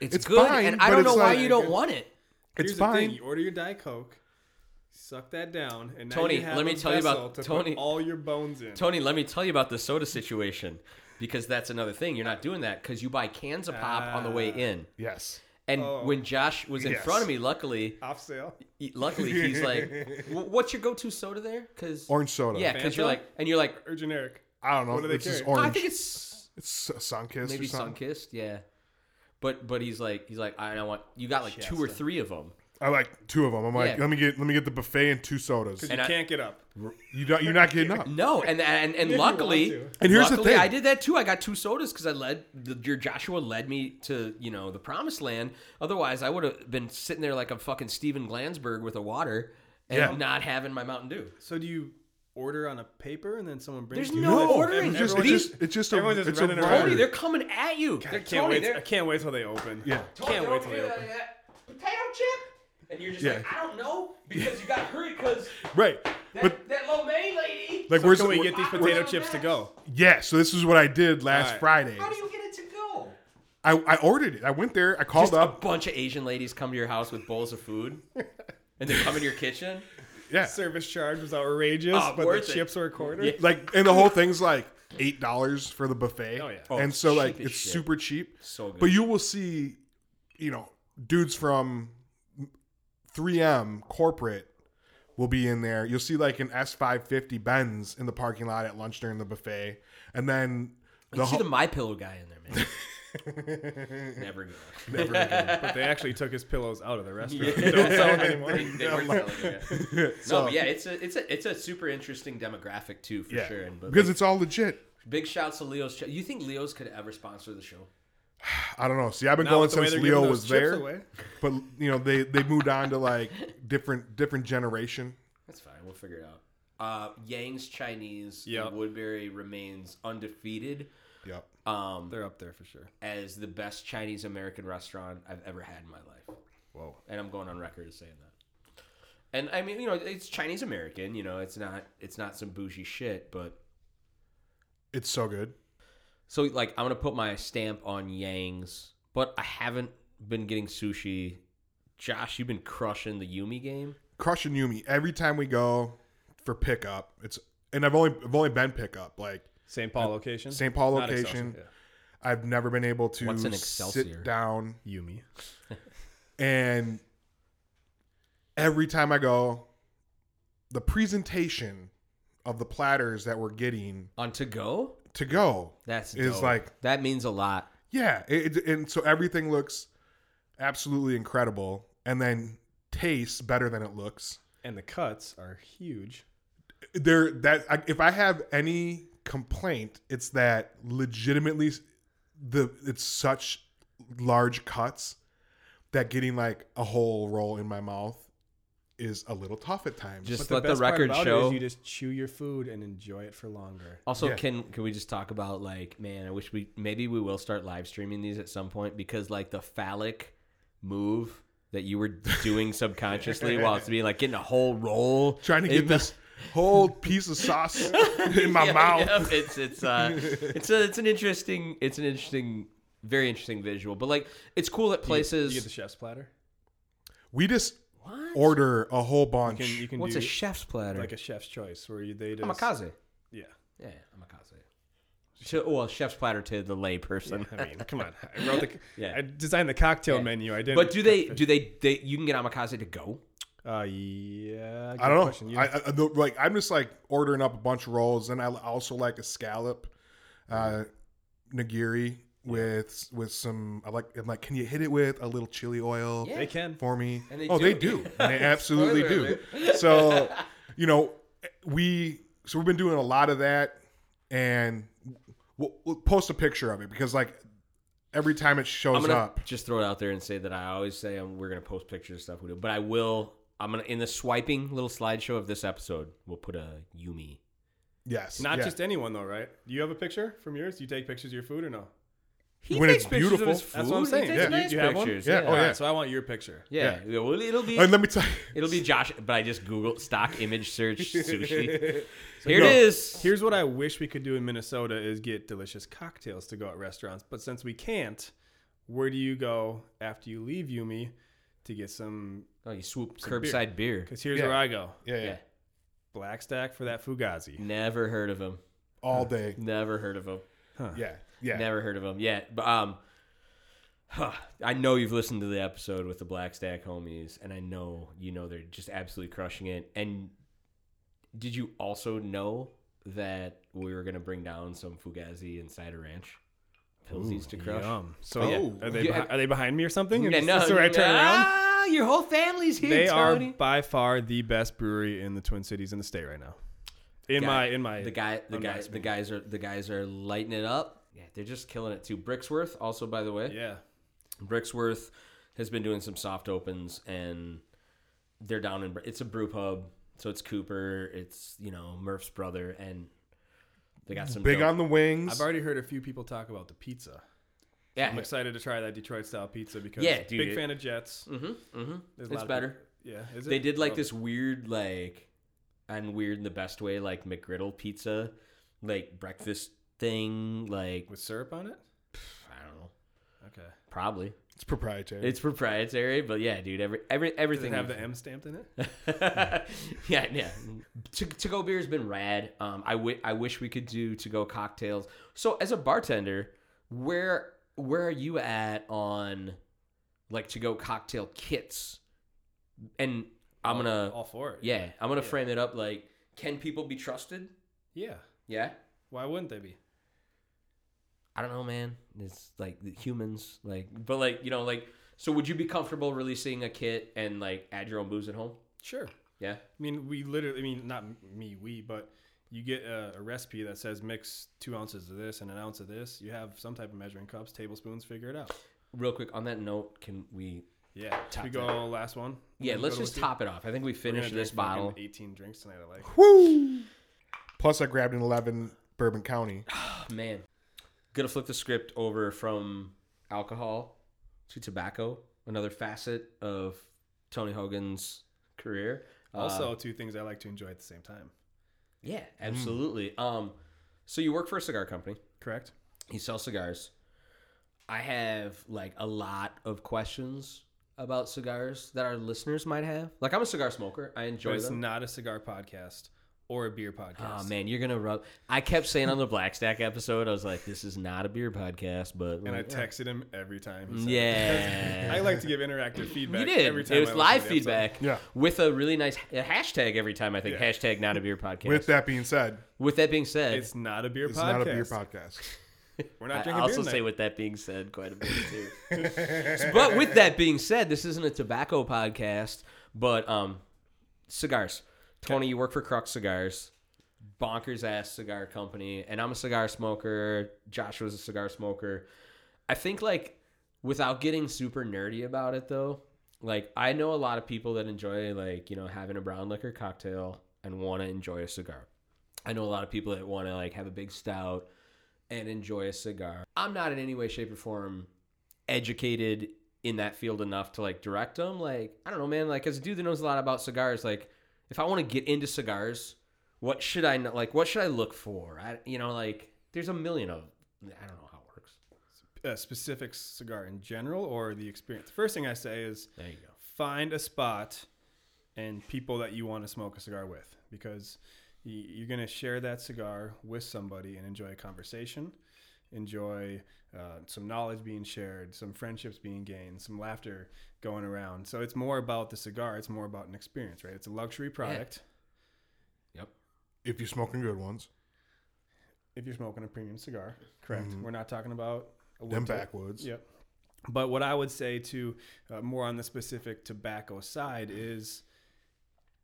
Speaker 1: It's,
Speaker 2: It's
Speaker 1: good,
Speaker 2: fine,
Speaker 1: and I
Speaker 2: but
Speaker 1: don't
Speaker 2: it's
Speaker 1: know why
Speaker 2: like-
Speaker 1: you don't want it.
Speaker 2: it's
Speaker 3: Here's the
Speaker 2: fine.
Speaker 3: thing: you order your diet coke, suck that down, and now
Speaker 1: Tony,
Speaker 3: you have
Speaker 1: let me
Speaker 3: a
Speaker 1: tell you about-
Speaker 3: vessel to
Speaker 1: Tony-
Speaker 3: Put all your bones in.
Speaker 1: Tony, let me tell you about the soda situation because that's another thing. You're not doing that because you buy cans of pop on the way in.
Speaker 2: Yes.
Speaker 1: And when Josh was in
Speaker 2: Ah. Oh. Yes.
Speaker 1: front of me, luckily,
Speaker 3: Off sale.
Speaker 1: he- luckily he's like, "W- "What's your go-to soda there?" Because
Speaker 2: Orange soda.
Speaker 1: yeah, because you're
Speaker 3: Fanta?
Speaker 1: like, and you're like,
Speaker 3: or generic.
Speaker 2: I don't know.
Speaker 3: What do they
Speaker 2: it's just
Speaker 3: carry?
Speaker 1: "Oh, I
Speaker 2: orange.
Speaker 1: think it's
Speaker 2: it's s- sunkissed
Speaker 1: maybe
Speaker 2: or something.
Speaker 1: sunkissed, yeah. But but he's like he's like I don't want you got like two or three of them.
Speaker 2: I like two of them. I'm like,
Speaker 1: Yeah.
Speaker 2: let me get let me get the buffet and two sodas.
Speaker 3: You
Speaker 1: And I-
Speaker 3: can't get up.
Speaker 2: You don't. You're not getting up.
Speaker 1: No, and and and
Speaker 3: you want
Speaker 1: luckily,
Speaker 3: to.
Speaker 2: And here's the
Speaker 1: luckily,
Speaker 2: thing.
Speaker 1: I did that too. I got two sodas because I led the, your Joshua led me to you know the promised land. Otherwise, I would have been sitting there like a fucking Steven Glansberg with a water and
Speaker 2: Yeah.
Speaker 1: not having my Mountain Dew.
Speaker 3: So do you order on a paper and then someone brings?
Speaker 1: There's
Speaker 3: you
Speaker 1: no
Speaker 3: that-
Speaker 1: ordering.
Speaker 3: and
Speaker 2: It's just,
Speaker 3: everyone
Speaker 2: it's
Speaker 1: These-
Speaker 2: just it's just a
Speaker 3: everyone's just
Speaker 2: it's a
Speaker 3: running around.
Speaker 2: rider.
Speaker 1: Tony, they're coming at you.
Speaker 3: I
Speaker 1: they're
Speaker 3: can't
Speaker 1: Tony,
Speaker 3: wait.
Speaker 1: They're,
Speaker 3: I can't wait till they open.
Speaker 2: Yeah.
Speaker 1: Tony,
Speaker 3: can't
Speaker 1: they're
Speaker 3: wait
Speaker 1: over
Speaker 3: till they
Speaker 1: here
Speaker 3: open.
Speaker 1: like that. Potato chip, and you're just
Speaker 2: Yeah.
Speaker 1: like I don't know because you got to hurry because
Speaker 2: right.
Speaker 1: that,
Speaker 2: But
Speaker 1: that lo mein lady.
Speaker 2: like,
Speaker 3: So
Speaker 2: where's
Speaker 3: can
Speaker 2: the,
Speaker 3: we get these
Speaker 1: where-
Speaker 3: potato
Speaker 1: where-
Speaker 3: chips to go?
Speaker 2: yeah? So this is what I did last
Speaker 3: All right.
Speaker 2: Friday.
Speaker 1: how do you get it to go?
Speaker 2: I, I ordered it. I went there. I called
Speaker 1: Just a
Speaker 2: up.
Speaker 1: bunch of Asian ladies come to your house with bowls of food, and they come in your kitchen.
Speaker 2: Yeah.
Speaker 3: Service charge was outrageous,
Speaker 1: Oh,
Speaker 3: but the
Speaker 1: worth it.
Speaker 3: chips were a quarter.
Speaker 1: Yeah.
Speaker 2: Like, and the whole thing's like eight dollars for the buffet.
Speaker 3: Oh, yeah.
Speaker 1: Oh,
Speaker 2: and so like
Speaker 1: cheap as
Speaker 2: it's
Speaker 1: shit.
Speaker 2: super cheap.
Speaker 1: So good.
Speaker 2: But you will see, you know, dudes from 3M corporate will be in there. You'll see like an S550 Benz in the parking lot at lunch during the buffet, and then the
Speaker 1: You see
Speaker 2: whole
Speaker 1: the My Pillow guy in there, man. Never go. Never again.
Speaker 3: But they actually took his pillows out of the restaurant.
Speaker 1: Yeah.
Speaker 3: Don't sell them anymore.
Speaker 1: They- they weren't selling it, yeah. No, but yeah, it's a it's a it's a super interesting demographic too, for
Speaker 2: yeah,
Speaker 1: sure. And but
Speaker 2: because
Speaker 1: like,
Speaker 2: it's all legit.
Speaker 1: big shouts to Leo's. Ch- you think Leo's could ever sponsor the show?
Speaker 2: I don't know. See, I've been
Speaker 3: Now
Speaker 2: going
Speaker 3: with the way
Speaker 2: since
Speaker 3: they're giving
Speaker 2: Leo
Speaker 3: those
Speaker 2: was
Speaker 3: chips
Speaker 2: there,
Speaker 3: away.
Speaker 2: but you know they they moved on to like different different generation.
Speaker 1: That's fine. We'll figure it out. Uh, Yang's Chinese in
Speaker 3: Yep.
Speaker 1: Woodbury remains undefeated
Speaker 2: Yep.
Speaker 1: um,
Speaker 3: They're up there for sure.
Speaker 1: as the best Chinese American restaurant I've ever had in my life.
Speaker 2: Whoa.
Speaker 1: and I'm going on record as saying that. And I mean, you know, it's Chinese American. You know, it's not it's not some bougie shit, but
Speaker 2: It's so good.
Speaker 1: so like I'm gonna put my stamp on Yang's, but I haven't been getting sushi. Josh, you've been crushing the Yumi game.
Speaker 2: crushing Yumi every time we go for pickup. It's and I've only I've only been pickup like
Speaker 3: St. Paul location.
Speaker 2: St. Paul
Speaker 3: Not
Speaker 2: location.
Speaker 3: Excelsior,
Speaker 2: I've never been able to
Speaker 1: What's an Excelsior?
Speaker 2: sit down
Speaker 3: yeah. Yumi.
Speaker 2: and every time I go, the presentation of the platters that we're getting
Speaker 1: On to go?
Speaker 2: to go
Speaker 1: That's
Speaker 2: It's
Speaker 1: dope.
Speaker 2: like-
Speaker 1: that means a lot.
Speaker 2: Yeah, it, it- and so everything looks absolutely incredible, and then tastes better than it looks.
Speaker 3: And the cuts are huge.
Speaker 2: there that I, if I have any complaint, it's that legitimately the it's such large cuts that getting like a whole roll in my mouth is a little tough at times.
Speaker 1: Just-
Speaker 3: But the
Speaker 1: let the
Speaker 3: best part
Speaker 1: record
Speaker 3: about it
Speaker 1: show-
Speaker 3: is you just chew your food and enjoy it for longer.
Speaker 1: Also,
Speaker 2: Yeah.
Speaker 1: can can we just talk about like, man, I wish we maybe we will start live streaming these at some point because like the phallic move that you were doing subconsciously while it's being like getting a whole roll
Speaker 2: trying to get
Speaker 1: in my-
Speaker 2: this whole piece of sauce in my
Speaker 1: Yeah,
Speaker 2: mouth.
Speaker 1: yeah, it's it's uh, it's a, it's an interesting it's an interesting very interesting visual. But like it's cool at places.
Speaker 3: You get the chef's platter.
Speaker 2: We just
Speaker 1: What?
Speaker 2: order a whole
Speaker 3: You
Speaker 2: bunch.
Speaker 3: can, you can
Speaker 1: What's
Speaker 3: do
Speaker 1: a chef's platter?
Speaker 3: like a chef's choice where you, they just
Speaker 1: Kamikaze.
Speaker 3: Yeah.
Speaker 1: Yeah, kamikaze. So, well, chef's platter to the layperson.
Speaker 3: I mean, come on. I wrote the.
Speaker 1: Yeah.
Speaker 3: I designed the cocktail menu. I didn't.
Speaker 1: But do they do they, they you can get amakaze to go?
Speaker 3: Uh, yeah.
Speaker 2: I
Speaker 3: good
Speaker 2: don't
Speaker 3: question. You-
Speaker 2: know. I, I, I- the, like I'm just like ordering up a bunch of rolls, and I also like a scallop, uh, nigiri with with some. I like. I'm like, can you hit it with a little chili oil
Speaker 1: Yeah.
Speaker 3: they can.
Speaker 2: for me?
Speaker 1: And they
Speaker 2: oh,
Speaker 1: do.
Speaker 2: they do. And they absolutely do. So, you know, we so we've been doing a lot of that, and we'll, we'll post a picture of it because like every time it
Speaker 1: I'm
Speaker 2: shows
Speaker 1: gonna
Speaker 2: up,
Speaker 1: just throw it out there and say that I always say um we're gonna post pictures of stuff we do, but I will. I'm gonna in the swiping little slideshow of this episode, we'll put a Yumi.
Speaker 2: yes,
Speaker 3: Not
Speaker 2: yeah.
Speaker 3: just anyone though, right? Do you have a picture from yours? Do you take pictures of your food or no?
Speaker 1: He
Speaker 2: When
Speaker 1: takes
Speaker 2: it's
Speaker 1: pictures of
Speaker 2: beautiful.
Speaker 1: his
Speaker 3: That's what I'm
Speaker 1: food. He
Speaker 3: saying.
Speaker 1: takes
Speaker 3: Yeah.
Speaker 1: nice
Speaker 3: You- you have one?
Speaker 1: pictures.
Speaker 2: Yeah. Oh,
Speaker 3: All
Speaker 2: yeah.
Speaker 3: right, so I want your picture.
Speaker 1: Yeah, well, it'll be
Speaker 2: And let me tell you.
Speaker 1: it'll be Josh, but I just Google stock image search sushi. Here it is.
Speaker 3: Here's what I wish we could do in Minnesota is get delicious cocktails to go at restaurants, but since we can't, where do you go after you leave Yumi to get some?
Speaker 1: Oh, you swoop
Speaker 3: beer.
Speaker 1: curbside beer.
Speaker 3: Because here's
Speaker 2: Yeah.
Speaker 3: where I go,
Speaker 2: Yeah, yeah,
Speaker 1: Yeah,
Speaker 3: Black Stack for that fugazi.
Speaker 1: never heard of him.
Speaker 2: all day.
Speaker 1: Never heard of him.
Speaker 2: Yeah, yeah.
Speaker 1: Never heard of him yet. But um, huh, I know you've listened to the episode with the Black Stack homies, and I know you know they're just absolutely crushing it. And did you also know that we were gonna bring down some Fugazi and cider ranch pilsies to crush?
Speaker 3: Yum. So
Speaker 2: Oh.
Speaker 3: yeah, are they
Speaker 1: Yeah.
Speaker 3: behi- are they behind me or something?
Speaker 1: Yeah,
Speaker 3: Is
Speaker 1: no,
Speaker 3: this the right
Speaker 1: no,
Speaker 3: turnaround?
Speaker 1: Ah, your whole family's here,
Speaker 3: They are
Speaker 1: Tony.
Speaker 3: by far the best brewery in the Twin Cities in the state right now. In
Speaker 1: Guy-
Speaker 3: my in my
Speaker 1: the guy the
Speaker 3: I'm
Speaker 1: guys
Speaker 3: nice,
Speaker 1: the guys are the guys are lighting it up. Yeah, they're just killing it too. Brixworth also, by the way,
Speaker 3: yeah.
Speaker 1: Brixworth has been doing some soft opens, and they're down in. Br- It's a brew pub, so it's Cooper, it's you know Murph's brother, and they got some
Speaker 2: Big
Speaker 1: dope-
Speaker 2: on the wings.
Speaker 3: I've already heard a few people talk about the pizza.
Speaker 1: Yeah,
Speaker 3: I'm excited to try that Detroit style pizza because
Speaker 1: Yeah, dude,
Speaker 3: big
Speaker 1: it-
Speaker 3: fan of Jets.
Speaker 1: mm-hmm, mm-hmm.
Speaker 3: There's
Speaker 1: It's
Speaker 3: a lot of
Speaker 1: better. Oh.
Speaker 3: people- yeah, is it?
Speaker 1: They did like
Speaker 3: Well,
Speaker 1: this weird, like, and weird in the best way, like McGriddle pizza, like breakfast thing, like
Speaker 3: with syrup on it.
Speaker 1: I don't know.
Speaker 3: Okay.
Speaker 1: Probably.
Speaker 2: It's proprietary.
Speaker 1: It's proprietary, but yeah, dude. Every every
Speaker 3: Does it
Speaker 1: everything
Speaker 3: have
Speaker 1: we've-
Speaker 3: the M stamped in it?
Speaker 1: yeah, yeah. To, to go beer has been rad. Um, I wi- I wish we could do to go cocktails. So as a bartender, where where are you at on like to go cocktail kits? And I'm gonna
Speaker 3: all for it.
Speaker 1: yeah, I'm gonna frame it up like can people be trusted?
Speaker 3: Yeah.
Speaker 1: Yeah.
Speaker 3: Why wouldn't they be?
Speaker 1: I don't know, man. It's like the humans, like, but like you know, like, so would you be comfortable releasing a kit and like add your own booze at home?
Speaker 3: Sure.
Speaker 1: Yeah.
Speaker 3: I mean, we literally. I mean, not me, we, but you get a, a recipe that says mix two ounces of this and an ounce of this. You have some type of measuring cups, tablespoons. Figure it out.
Speaker 1: Real quick on that note, can we
Speaker 3: Yeah. Should we go last one.
Speaker 1: Yeah,
Speaker 3: Go
Speaker 1: let's
Speaker 3: to
Speaker 1: just
Speaker 3: whiskey?
Speaker 1: top it off. I think we
Speaker 3: We're gonna
Speaker 1: finished
Speaker 3: drink
Speaker 1: this bottle.
Speaker 3: fucking Eighteen drinks tonight. I like.
Speaker 2: Woo! Plus, I grabbed an 11 Bourbon County.
Speaker 1: Oh, man, gonna flip the script over from alcohol to tobacco, another facet of Tony Hogan's career. Uh,
Speaker 3: Also, Mm. two things I like to enjoy at the same time.
Speaker 1: yeah, absolutely. Um, so you work for a cigar company.
Speaker 3: Correct.
Speaker 1: You sell cigars. I have like a lot of questions about cigars that our listeners might have. Like I'm a cigar smoker. I
Speaker 3: But
Speaker 1: enjoy
Speaker 3: it's
Speaker 1: them.
Speaker 3: not a cigar podcast or a beer podcast.
Speaker 1: Oh man, you're gonna rub. I kept saying on the Black Stack episode, I was like, "This is not a beer podcast," but "Mm,
Speaker 3: and I texted him every time. he said it.
Speaker 1: yeah,
Speaker 3: I like to give interactive feedback.
Speaker 1: you did.
Speaker 3: Every time
Speaker 1: it was
Speaker 3: I listen
Speaker 1: live
Speaker 3: to the episode.
Speaker 1: feedback,
Speaker 2: Yeah.
Speaker 1: with a really nice ha- hashtag every time. I think hashtag not a beer podcast.
Speaker 2: With
Speaker 1: With,
Speaker 2: that being said,
Speaker 1: that being said,
Speaker 3: It's not a beer
Speaker 2: it's
Speaker 3: podcast.
Speaker 2: not a beer podcast.
Speaker 3: We're
Speaker 1: I
Speaker 3: not drinking
Speaker 1: also
Speaker 3: beer
Speaker 1: say
Speaker 3: tonight.
Speaker 1: with that being said quite a bit too. So- but with that being said, this isn't a tobacco podcast, but um, cigars. Tony, you work for Crux Cigars, bonkers ass cigar company, and I'm a cigar smoker. Joshua's a cigar smoker. I think like without getting super nerdy about it though, like I know a lot of people that enjoy like you know having a brown liquor cocktail and want to enjoy a cigar. I know a lot of people that want to like have a big stout and enjoy a cigar. I'm not in any way, shape, or form educated in that field enough to like direct them. Like, I don't know, man. Like, as a dude that knows a lot about cigars, like, if I want to get into cigars, what should I know? Like, what should I look for? I, you know, like, there's a million of. I don't know how it works.
Speaker 3: a specific cigar in general or the experience. First thing I say is
Speaker 1: There you go.
Speaker 3: find a spot and people that you want to smoke a cigar with because y- you're going to share that cigar with somebody and enjoy a conversation enjoy uh, some knowledge being shared some friendships being gained some laughter going around so it's more about the cigar it's more about an experience right it's a luxury product
Speaker 1: Yep.
Speaker 2: if you're smoking good ones,
Speaker 3: if you're smoking a premium cigar correct
Speaker 1: Mm-hmm.
Speaker 3: we're not talking about a
Speaker 2: them
Speaker 3: Woodford.
Speaker 2: backwoods.
Speaker 3: Yep. But what I would say to uh, more on the specific tobacco side is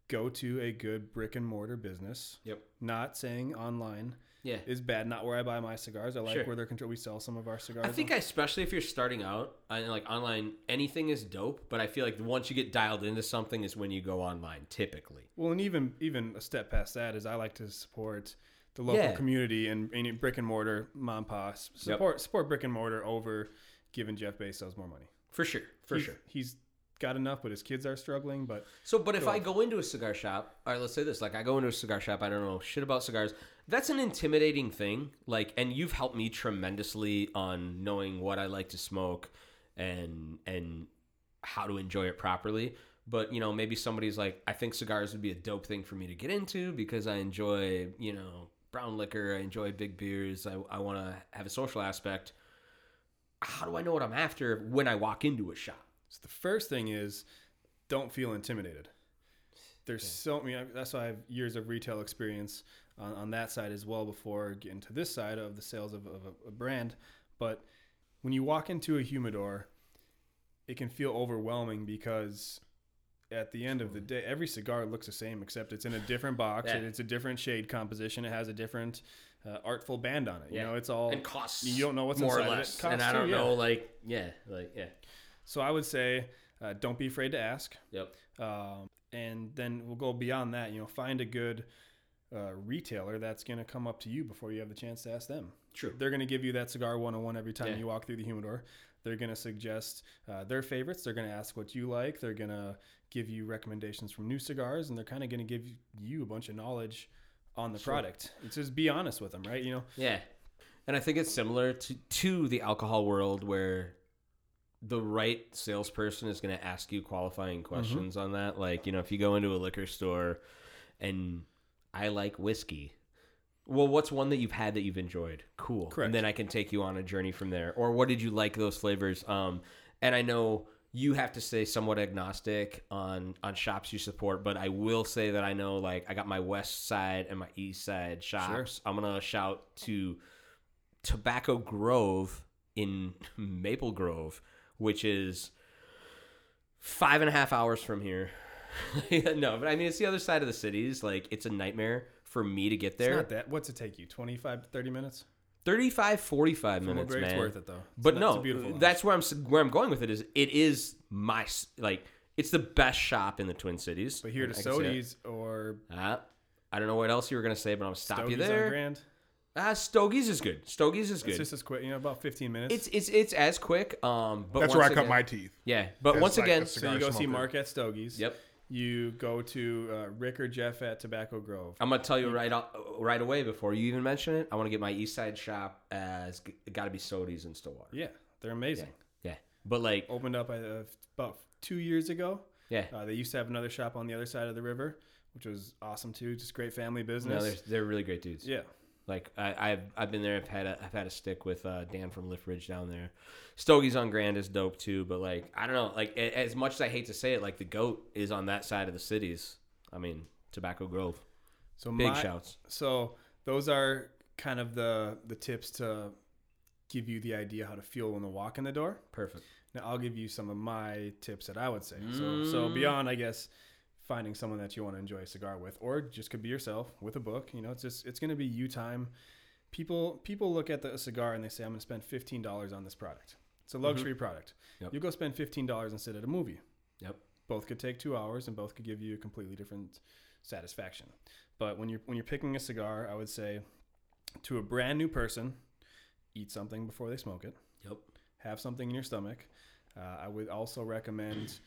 Speaker 3: go to a good brick and mortar business.
Speaker 1: Yep.
Speaker 3: Not saying online
Speaker 1: Yeah.
Speaker 3: is bad. Not where I buy my cigars. I like
Speaker 1: Sure.
Speaker 3: where they're controlled. We sell some of our cigars.
Speaker 1: I think, I, especially if you're starting out, I, like online, anything is dope. But I feel like once you get dialed into something, is when you go online, typically.
Speaker 3: Well, and even even a step past that is I like to support the local
Speaker 1: Yeah.
Speaker 3: community and, and brick and mortar mom and pa S- support support brick and mortar over giving Jeff Bezos more money.
Speaker 1: For sure. For
Speaker 3: He's-
Speaker 1: sure.
Speaker 3: he's got enough, but his kids are struggling. But
Speaker 1: So, but if I go into a cigar shop, all right, let's say this: like I go into a cigar shop, I don't know shit about cigars. That's an intimidating thing. Like, and you've helped me tremendously on knowing what I like to smoke and and how to enjoy it properly. But you know, maybe somebody's like, I think cigars would be a dope thing for me to get into because I enjoy you know brown liquor, I enjoy big beers, I I want to have a social aspect. How do I know what I'm after when I walk into a shop?
Speaker 3: So the first thing is don't feel intimidated. There's so many. that's why I have years of retail experience on, on that side as well before getting to this side of the sales of, of a, a brand. But when you walk into a humidor, it can feel overwhelming because at the end of the day, every cigar looks the same except it's in a different box.
Speaker 1: Yeah.
Speaker 3: and It's a different shade composition. It has a different uh, artful band on it.
Speaker 1: Yeah.
Speaker 3: You know, it's all
Speaker 1: and costs.
Speaker 3: You don't know what's
Speaker 1: more
Speaker 3: inside
Speaker 1: or
Speaker 3: of it.
Speaker 1: less,
Speaker 3: Costs
Speaker 1: and I
Speaker 3: too,
Speaker 1: don't
Speaker 3: yeah.
Speaker 1: know, like yeah, like yeah,
Speaker 3: So I would say, uh, don't be afraid to ask.
Speaker 1: yep,
Speaker 3: um, and then we'll go beyond that. You know, find a good uh, retailer that's going to come up to you before you have the chance to ask them.
Speaker 1: True.
Speaker 3: They're going to give you that cigar 101 every time
Speaker 1: Yeah.
Speaker 3: you walk through the humidor. They're going to suggest uh, their favorites. They're going to ask what you like. They're going to give you recommendations from new cigars, and they're kind of going to give you a bunch of knowledge on the product. It's just be honest with them, right? You know,
Speaker 1: yeah. And I think it's similar to to the alcohol world where the right salesperson is going to ask you qualifying questions on that. Like, you know, if you go into a liquor store and I like whiskey, well, what's one that you've had that you've enjoyed? Cool.
Speaker 3: Correct.
Speaker 1: And then I can take you on a journey from there. Or what did you like those flavors? Um, and I know you have to stay somewhat agnostic on on shops you support, but I will say that I know like I got my west side and my east side shops. I'm gonna shout to Tobacco Grove in Maple Grove, which is five and a half hours from here. no, but I mean, it's the other side of the cities. Like, it's a nightmare for me to get
Speaker 3: It's
Speaker 1: there.
Speaker 3: not that. What's it take you? 25, 30 minutes?
Speaker 1: 35, 45 minutes,
Speaker 3: Mulberry,
Speaker 1: man.
Speaker 3: It's worth it though.
Speaker 1: But
Speaker 3: It's a-
Speaker 1: no,
Speaker 3: it's a beautiful lounge.
Speaker 1: that's where I'm s- where I'm going with it. Is it is my s- like it's the best shop in the Twin Cities.
Speaker 3: But here to
Speaker 1: I can say that.
Speaker 3: Sodies or
Speaker 1: Ah, I don't know what else you were gonna say, but I'm gonna stop
Speaker 3: Stogies
Speaker 1: you
Speaker 3: on
Speaker 1: there.
Speaker 3: Grand,
Speaker 1: Ah, Stogies is good. Stogies is
Speaker 3: it's
Speaker 1: good.
Speaker 3: just as quick. You know, about fifteen minutes.
Speaker 1: It's it's it's as quick. Um, but
Speaker 2: That's where I
Speaker 1: once
Speaker 2: cut
Speaker 1: again-
Speaker 2: my teeth.
Speaker 1: Yeah, but
Speaker 2: As
Speaker 1: once
Speaker 2: like a
Speaker 1: again,
Speaker 2: cigar-
Speaker 3: so you go see
Speaker 2: smoker.
Speaker 3: Mark at Stogies.
Speaker 1: Yep.
Speaker 3: You go to uh, Rick or Jeff at Tobacco Grove.
Speaker 1: I'm gonna tell you right o- right away before you even mention it. I want to get my East Side shop as got to be Sodies in Stillwater.
Speaker 3: Yeah, they're amazing.
Speaker 1: Yeah, but like
Speaker 3: Opened up uh, about two years ago.
Speaker 1: yeah,
Speaker 3: Uh, they used to have another shop on the other side of the river, which was awesome too. Just great family
Speaker 1: no,
Speaker 3: business.
Speaker 1: they're, they're really great dudes.
Speaker 3: yeah,
Speaker 1: Like I, I've I've been there. I've had a, I've had a stick with uh, Dan from Lift Ridge down there. Stogie's on Grand is dope too. But like I don't know. Like a- as much as I hate to say it, like the goat is on that side of the cities. I mean Tobacco Grove.
Speaker 3: so
Speaker 1: Big
Speaker 3: my,
Speaker 1: shouts.
Speaker 3: So those are kind of the the tips to give you the idea how to feel when they walk in the door.
Speaker 1: Perfect.
Speaker 3: Now I'll give you some of my tips that I would say. So
Speaker 1: Mm.
Speaker 3: so beyond I guess finding someone that you want to enjoy a cigar with or just could be yourself with a book, you know, it's just it's going to be you time. People people look at the a cigar and they say I'm going to spend $15 on this product. It's a luxury product.
Speaker 1: Mm-hmm. Yep.
Speaker 3: You go spend $15 and sit at a movie.
Speaker 1: Yep.
Speaker 3: Both could take 2 hours and both could give you a completely different satisfaction. But when you're when you're picking a cigar, I would say to a brand new person, eat something before they smoke it
Speaker 1: Yep.
Speaker 3: have something in your stomach. Uh, I would also recommend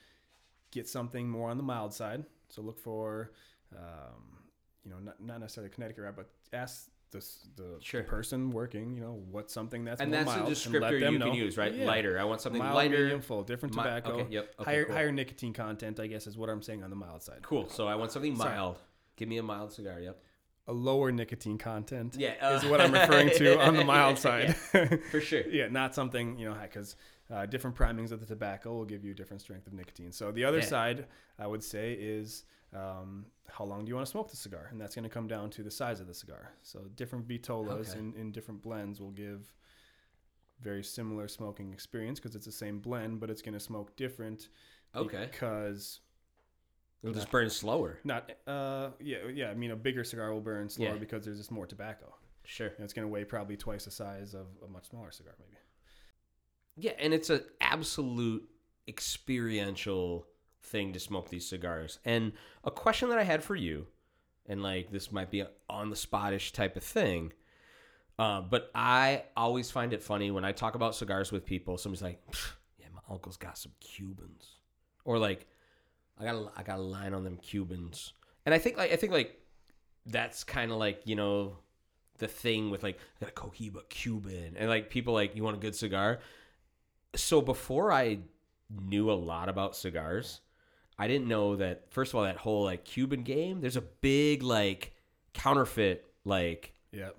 Speaker 3: get something more on the mild side. So look for, um, you know, not, not necessarily Connecticut rye, but ask the s- the,
Speaker 1: Sure.
Speaker 3: the person working, you know, what's something that's
Speaker 1: And
Speaker 3: more
Speaker 1: that's a
Speaker 3: mild and let
Speaker 1: descriptor
Speaker 3: them
Speaker 1: you
Speaker 3: know.
Speaker 1: can use, right?
Speaker 3: Yeah.
Speaker 1: Lighter. I want something
Speaker 3: mild,
Speaker 1: lighter.
Speaker 3: medium, full, different
Speaker 1: Mi-
Speaker 3: tobacco,
Speaker 1: okay, yep, okay,
Speaker 3: higher
Speaker 1: cool.
Speaker 3: higher nicotine content. I guess is what I'm saying on the mild side.
Speaker 1: Cool. So I want something
Speaker 3: Sorry.
Speaker 1: mild. Give me a mild cigar. Yep.
Speaker 3: A lower nicotine content
Speaker 1: Yeah, uh,
Speaker 3: is what I'm referring to on the mild
Speaker 1: yeah,
Speaker 3: side.
Speaker 1: For sure.
Speaker 3: yeah, not something you know because uh, different primings of the tobacco will give you a different strength of nicotine. So the other
Speaker 1: Yeah.
Speaker 3: side, I would say, is um, how long do you want to smoke the cigar, and that's going to come down to the size of the cigar. So different vitolas
Speaker 1: Okay.
Speaker 3: in, in different blends will give very similar smoking experience because it's the same blend, but it's going to smoke different.
Speaker 1: Okay.
Speaker 3: Because
Speaker 1: It'll just burn slower.
Speaker 3: not uh yeah yeah I mean a bigger cigar will burn slower
Speaker 1: Yeah.
Speaker 3: because there's just more tobacco.
Speaker 1: Sure.
Speaker 3: And it's going to weigh probably twice the size of a much smaller cigar maybe.
Speaker 1: Yeah, and it's an absolute experiential thing to smoke these cigars. And a question that I had for you, and like this might be on the spotish type of thing, uh, but I always find it funny when I talk about cigars with people. Somebody's like, "Pfft, "Yeah, my uncle's got some Cubans," or like, "I got a, I got a line on them Cubans." And I think like I think like that's kind of like you know the thing with like I got a Cohiba Cuban and like people like you want a good cigar. So before I knew a lot about cigars, I didn't know that first of all that whole like Cuban game. There's a big like counterfeit like
Speaker 3: Yeah.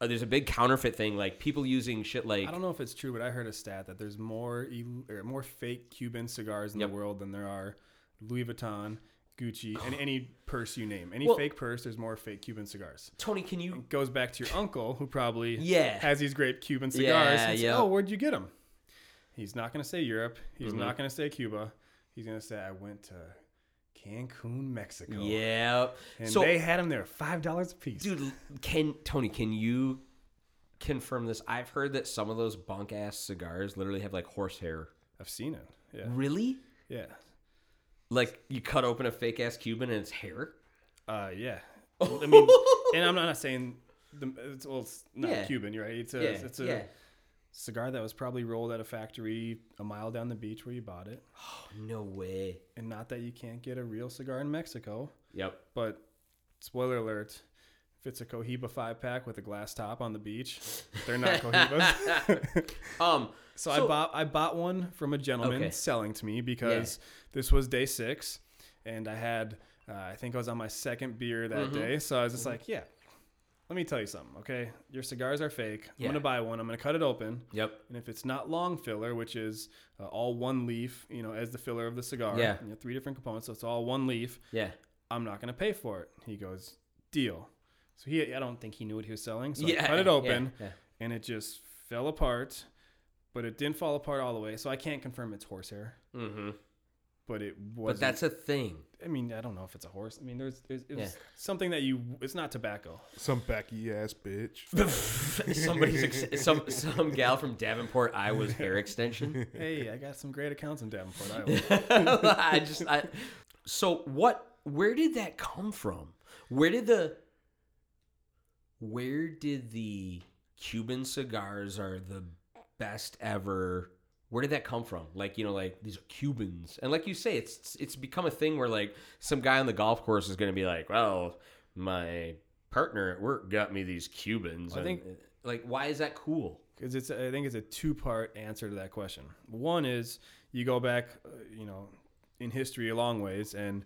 Speaker 1: uh, there's a big counterfeit thing like people using shit like
Speaker 3: I don't know if it's true, but I heard a stat that there's more ill- or more fake Cuban cigars in
Speaker 1: Yep.
Speaker 3: the world than there are Louis Vuitton, Gucci, and any purse you name. Any
Speaker 1: Well-
Speaker 3: fake purse, there's more fake Cuban cigars.
Speaker 1: Tony. Can you?
Speaker 3: Goes back to your uncle, who probably
Speaker 1: Yeah.
Speaker 3: has these great Cuban cigars.
Speaker 1: Yeah,
Speaker 3: and it's,
Speaker 1: yeah.
Speaker 3: Oh, where'd you get them? He's not going to say Europe. He's
Speaker 1: Mm-hmm.
Speaker 3: not going to say Cuba. He's going to say, I went to Cancun, Mexico.
Speaker 1: Yeah.
Speaker 3: Oh, And
Speaker 1: so
Speaker 3: they had them there, $5 a piece.
Speaker 1: dude, can Tony? Can you confirm this? I've heard that some of those bunk ass cigars literally have like horsehair.
Speaker 3: I've seen it. Yeah.
Speaker 1: Really?
Speaker 3: Yeah.
Speaker 1: Like you cut open a fake ass Cuban and it's hair.
Speaker 3: Uh, yeah. I mean, and I'm not saying the it's, well, it's not
Speaker 1: Yeah.
Speaker 3: Cuban, you're right? It's a
Speaker 1: yeah,
Speaker 3: it's a
Speaker 1: yeah.
Speaker 3: cigar that was probably rolled at a factory a mile down the beach where you bought it.
Speaker 1: No way.
Speaker 3: And not that you can't get a real cigar in Mexico,
Speaker 1: Yep.
Speaker 3: but spoiler alert. If it's a Cohiba five pack with a glass top on the beach, they're not Cohibas.
Speaker 1: Um,
Speaker 3: So,
Speaker 1: So-
Speaker 3: I bought I bought one from a gentleman
Speaker 1: Okay.
Speaker 3: selling to me because this was day six, and I had uh, I think I was on my second beer that
Speaker 1: Mm-hmm.
Speaker 3: day. So I was just like, yeah, let me tell you something, okay? Your cigars are fake. I'm
Speaker 1: Yeah.
Speaker 3: gonna buy one. I'm gonna cut it open.
Speaker 1: Yep.
Speaker 3: And if it's not long filler, which is uh, all one leaf, you know, as the filler of the cigar,
Speaker 1: Yeah.
Speaker 3: you know, three different components, so it's all one leaf.
Speaker 1: Yeah.
Speaker 3: I'm not gonna pay for it. He goes, deal. So he, I don't think he knew what he was selling. So
Speaker 1: yeah.
Speaker 3: I cut it
Speaker 1: yeah,
Speaker 3: open,
Speaker 1: yeah.
Speaker 3: and it just fell apart. But it didn't fall apart all the way, so I can't confirm it's horsehair.
Speaker 1: Mm-hmm.
Speaker 3: But it was.
Speaker 1: But that's a thing.
Speaker 3: I mean, I don't know if it's a horse. I mean, there's, there's it was
Speaker 1: Yeah.
Speaker 3: something that you. It's not tobacco.
Speaker 2: Some Becky ass bitch.
Speaker 1: Somebody's ex- some some gal from Davenport, Iowa's hair extension.
Speaker 3: hey, I got some great accounts in Davenport, Iowa.
Speaker 1: I just I, so what? Where did that come from? Where did the where did the Cuban cigars are the best ever? Where did that come from? Like you know, like these are Cubans, and like you say, it's it's become a thing where like some guy on the golf course is going to be like, well, my partner at work got me these Cubans.
Speaker 3: I
Speaker 1: and- uh,
Speaker 3: think-
Speaker 1: like why is that cool?
Speaker 3: because it's I think it's a two part answer to that question. One is you go back, uh, you know, in history a long ways, and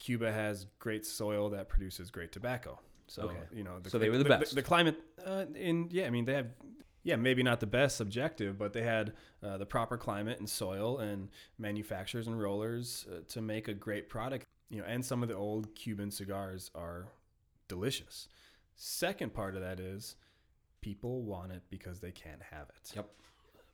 Speaker 3: Cuba has great soil that produces great tobacco. So
Speaker 1: Okay.
Speaker 3: you know, the,
Speaker 1: So they were the best.
Speaker 3: The, climate, uh, in yeah, I mean they have. Yeah, maybe not the best subjective, but they had uh, the proper climate and soil and manufacturers and rollers uh, to make a great product. You know, and some of the old Cuban cigars are delicious. Second part of that is people want it because they can't have it.
Speaker 1: Yep.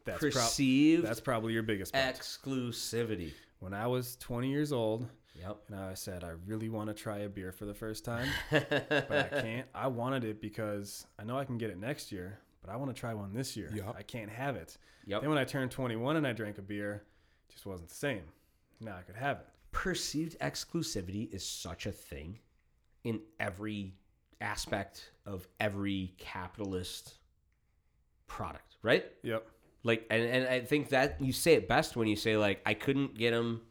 Speaker 3: That's, prob-
Speaker 1: Perceived
Speaker 3: that's probably your biggest point.
Speaker 1: exclusivity.
Speaker 3: When I was 20 years old
Speaker 1: Yep.
Speaker 3: and I said, I really want to try a beer for the first time, but I can't, I wanted it because I know I can get it next year, but I want to try one this year.
Speaker 2: Yup.
Speaker 3: I can't have it.
Speaker 1: Yup.
Speaker 3: Then when I turned 21 and I drank a beer, it just wasn't the same. Now I could have it.
Speaker 1: perceived exclusivity is such a thing in every aspect of every capitalist product, right?
Speaker 3: Yep.
Speaker 1: Like, and, and I think that you say it best when you say, like, I couldn't get them,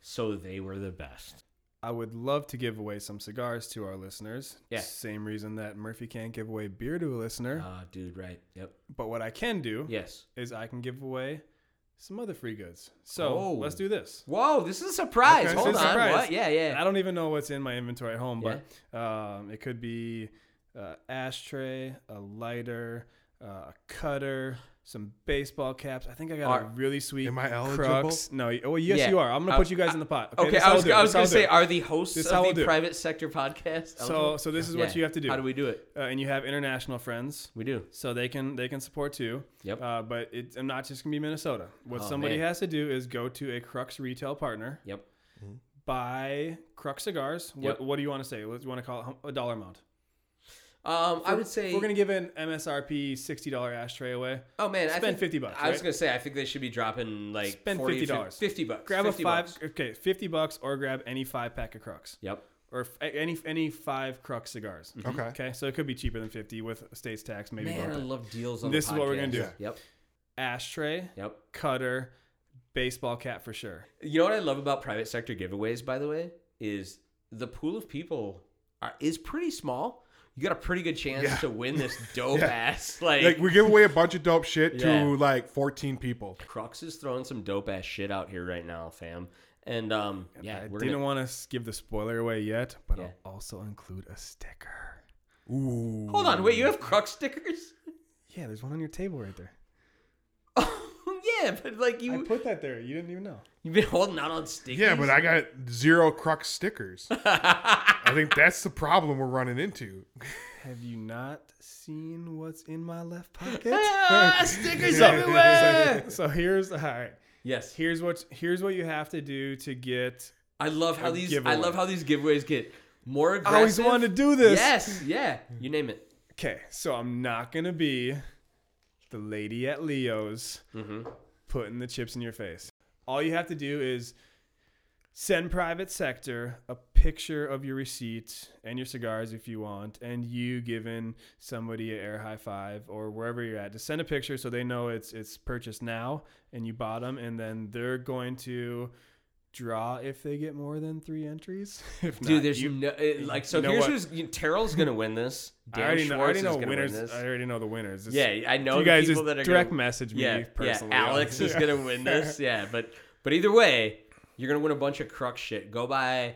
Speaker 1: so they were the best.
Speaker 3: I would love to give away some cigars to our listeners.
Speaker 1: Yeah.
Speaker 3: Same reason that Murphy can't give away beer to a listener.
Speaker 1: Ah, dude, right. Yep.
Speaker 3: But what I can do
Speaker 1: Yes.
Speaker 3: is I can give away some other free goods. So
Speaker 1: Oh.
Speaker 3: let's do this.
Speaker 1: Whoa, this is a surprise.
Speaker 2: Okay,
Speaker 1: Hold
Speaker 3: It's
Speaker 1: on.
Speaker 3: a surprise.
Speaker 1: What? Yeah,
Speaker 3: And I
Speaker 1: yeah.
Speaker 3: don't even know what's in my inventory at home, but um, it could be uh, ashtray, a lighter, uh, a cutter, some baseball caps. I think I got a
Speaker 1: Are-
Speaker 3: really sweet.
Speaker 2: Am I
Speaker 3: Crux. No. y- Oh, yes,
Speaker 1: Yeah.
Speaker 3: you are. I'm gonna
Speaker 1: I-
Speaker 3: put you guys in the pot.
Speaker 1: Okay,
Speaker 3: this
Speaker 1: I
Speaker 3: I'll
Speaker 1: was,
Speaker 3: do.
Speaker 1: I was
Speaker 3: This I'll
Speaker 1: going to say,
Speaker 3: do.
Speaker 1: are the hosts
Speaker 3: This
Speaker 1: of
Speaker 3: I'll
Speaker 1: the
Speaker 3: do.
Speaker 1: private sector podcast?
Speaker 3: so. So this is what
Speaker 1: Yeah.
Speaker 3: you have to do.
Speaker 1: How do we do it?
Speaker 3: uh, and you have international friends.
Speaker 1: We do.
Speaker 3: so they can they can support too.
Speaker 1: Yep.
Speaker 3: Uh, but it's I'm not just gonna be Minnesota. What
Speaker 1: Oh,
Speaker 3: somebody
Speaker 1: man.
Speaker 3: has to do is go to a Crux retail partner,
Speaker 1: Yep.
Speaker 3: buy Crux cigars. What
Speaker 1: Yep.
Speaker 3: what do you want to say? What do you want to call it? Hum- A dollar amount?
Speaker 1: Um, I would say
Speaker 3: We're gonna give an MSRP sixty dollar ashtray away.
Speaker 1: Oh man, I
Speaker 3: Spend
Speaker 1: think-
Speaker 3: 50 bucks,
Speaker 1: I was
Speaker 3: right?
Speaker 1: gonna say I think they should be dropping like
Speaker 3: Spend
Speaker 1: 40,
Speaker 3: 50 dollars.
Speaker 1: Fifty bucks.
Speaker 3: Grab
Speaker 1: 50
Speaker 3: a five.
Speaker 1: bucks.
Speaker 3: Okay, fifty bucks or grab any five pack of Crux
Speaker 1: Yep.
Speaker 3: or f- any any five Crux cigars.
Speaker 1: Mm-hmm.
Speaker 2: Okay.
Speaker 3: Okay, so it could be cheaper than fifty with states tax, maybe.
Speaker 1: Man, I
Speaker 3: more.
Speaker 1: love deals on.
Speaker 3: This
Speaker 1: the
Speaker 3: is what we're gonna
Speaker 1: podcast.
Speaker 3: do.
Speaker 2: Yeah.
Speaker 1: Yep.
Speaker 3: Ashtray,
Speaker 1: Yep.
Speaker 3: cutter, baseball cap for sure.
Speaker 1: You know what I love about private sector giveaways, by the way, is the pool of people are, is pretty small. You got a pretty good chance
Speaker 2: Yeah.
Speaker 1: to win this dope ass like.
Speaker 2: Like we give away a bunch of dope shit
Speaker 1: Yeah.
Speaker 2: to like 14 people.
Speaker 1: Crux is throwing some dope ass shit out here right now, fam. And um, yeah,
Speaker 3: I
Speaker 1: we're
Speaker 3: didn't
Speaker 1: gonna.
Speaker 3: want to give the spoiler away yet, but
Speaker 1: Yeah.
Speaker 3: I'll also include a sticker.
Speaker 2: Ooh.
Speaker 1: Hold on, wait, you have Crux stickers?
Speaker 3: Yeah, there's one on your table right there.
Speaker 1: Oh, yeah, but like
Speaker 3: I
Speaker 1: you,
Speaker 3: put that there. You didn't even know.
Speaker 1: you've been holding out on stickers.
Speaker 2: Yeah, but I got zero Crux stickers. I think that's the problem we're running into.
Speaker 3: Have you not seen what's in my left pocket?
Speaker 1: Ah, stickers
Speaker 3: So-
Speaker 1: everywhere.
Speaker 3: so here's all right.
Speaker 1: Yes,
Speaker 3: Here's what here's what you have to do to get.
Speaker 1: I love how these. I
Speaker 3: giveaway.
Speaker 1: love how these giveaways get more aggressive.
Speaker 3: I always wanted to do this.
Speaker 1: Yes, yeah. You name it.
Speaker 3: Okay, so I'm not gonna be the lady at Leo's
Speaker 1: Mm-hmm.
Speaker 3: putting the chips in your face. All you have to do is send private sector a picture of your receipt and your cigars if you want, and you giving somebody an air high five or wherever you're at. Just send a picture so they know it's it's purchased now and you bought them, and then they're going to draw if they get more than three entries. if
Speaker 1: Dude,
Speaker 3: not,
Speaker 1: there's
Speaker 3: you-
Speaker 1: no it, like so.
Speaker 3: you know
Speaker 1: here's
Speaker 3: what?
Speaker 1: who's you, Terrell's gonna win this.
Speaker 3: I
Speaker 1: Dan
Speaker 3: already know, I
Speaker 1: Schwartz
Speaker 3: already know
Speaker 1: is gonna
Speaker 3: winners.
Speaker 1: win this.
Speaker 3: I already know the winners. It's-
Speaker 1: yeah, I know
Speaker 3: you
Speaker 1: the
Speaker 3: guys
Speaker 1: people
Speaker 3: just
Speaker 1: that are
Speaker 3: direct
Speaker 1: gonna,
Speaker 3: message me
Speaker 1: yeah,
Speaker 3: personally.
Speaker 1: Yeah, Alex is gonna win this. Yeah, but but either way, you're gonna win a bunch of Crux shit. Go buy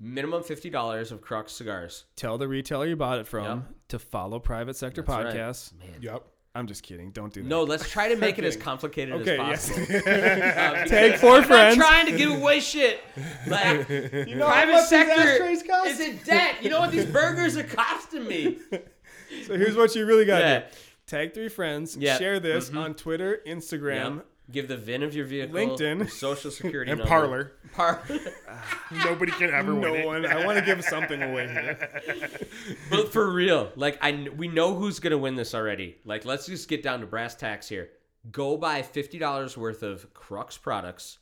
Speaker 1: minimum fifty dollars of Crux cigars.
Speaker 3: Tell the retailer you bought it from to follow Private Sector
Speaker 1: That's right.
Speaker 3: Podcasts.
Speaker 1: Man.
Speaker 2: Yep.
Speaker 3: I'm just kidding. Don't do that.
Speaker 1: No, let's try to make it as
Speaker 3: Kidding.
Speaker 1: complicated
Speaker 3: Okay,
Speaker 1: as
Speaker 3: yes.
Speaker 1: possible. Uh,
Speaker 3: Tag four
Speaker 1: I'm not
Speaker 3: friends. Oh,
Speaker 1: trying to give away shit. Like, private
Speaker 3: much these
Speaker 1: sector
Speaker 3: ashtrays cost?
Speaker 1: is in debt. You know what? These burgers are costing me.
Speaker 3: So here's what you really got to
Speaker 1: Yeah.
Speaker 3: do. Tag three friends.
Speaker 1: Yeah. Mm-hmm.
Speaker 3: Share this on Twitter, Instagram.
Speaker 1: Yep. Give the VIN of your vehicle,
Speaker 3: LinkedIn.
Speaker 1: your social security,
Speaker 2: And
Speaker 1: number.
Speaker 2: parlor.
Speaker 1: Parler.
Speaker 2: Nobody can ever win.
Speaker 3: No
Speaker 2: it.
Speaker 3: one. I want to give something away here.
Speaker 1: but for real, like I, kn- we know who's gonna win this already. Like, let's just get down to brass tacks here. Go buy fifty dollars worth of Crux products.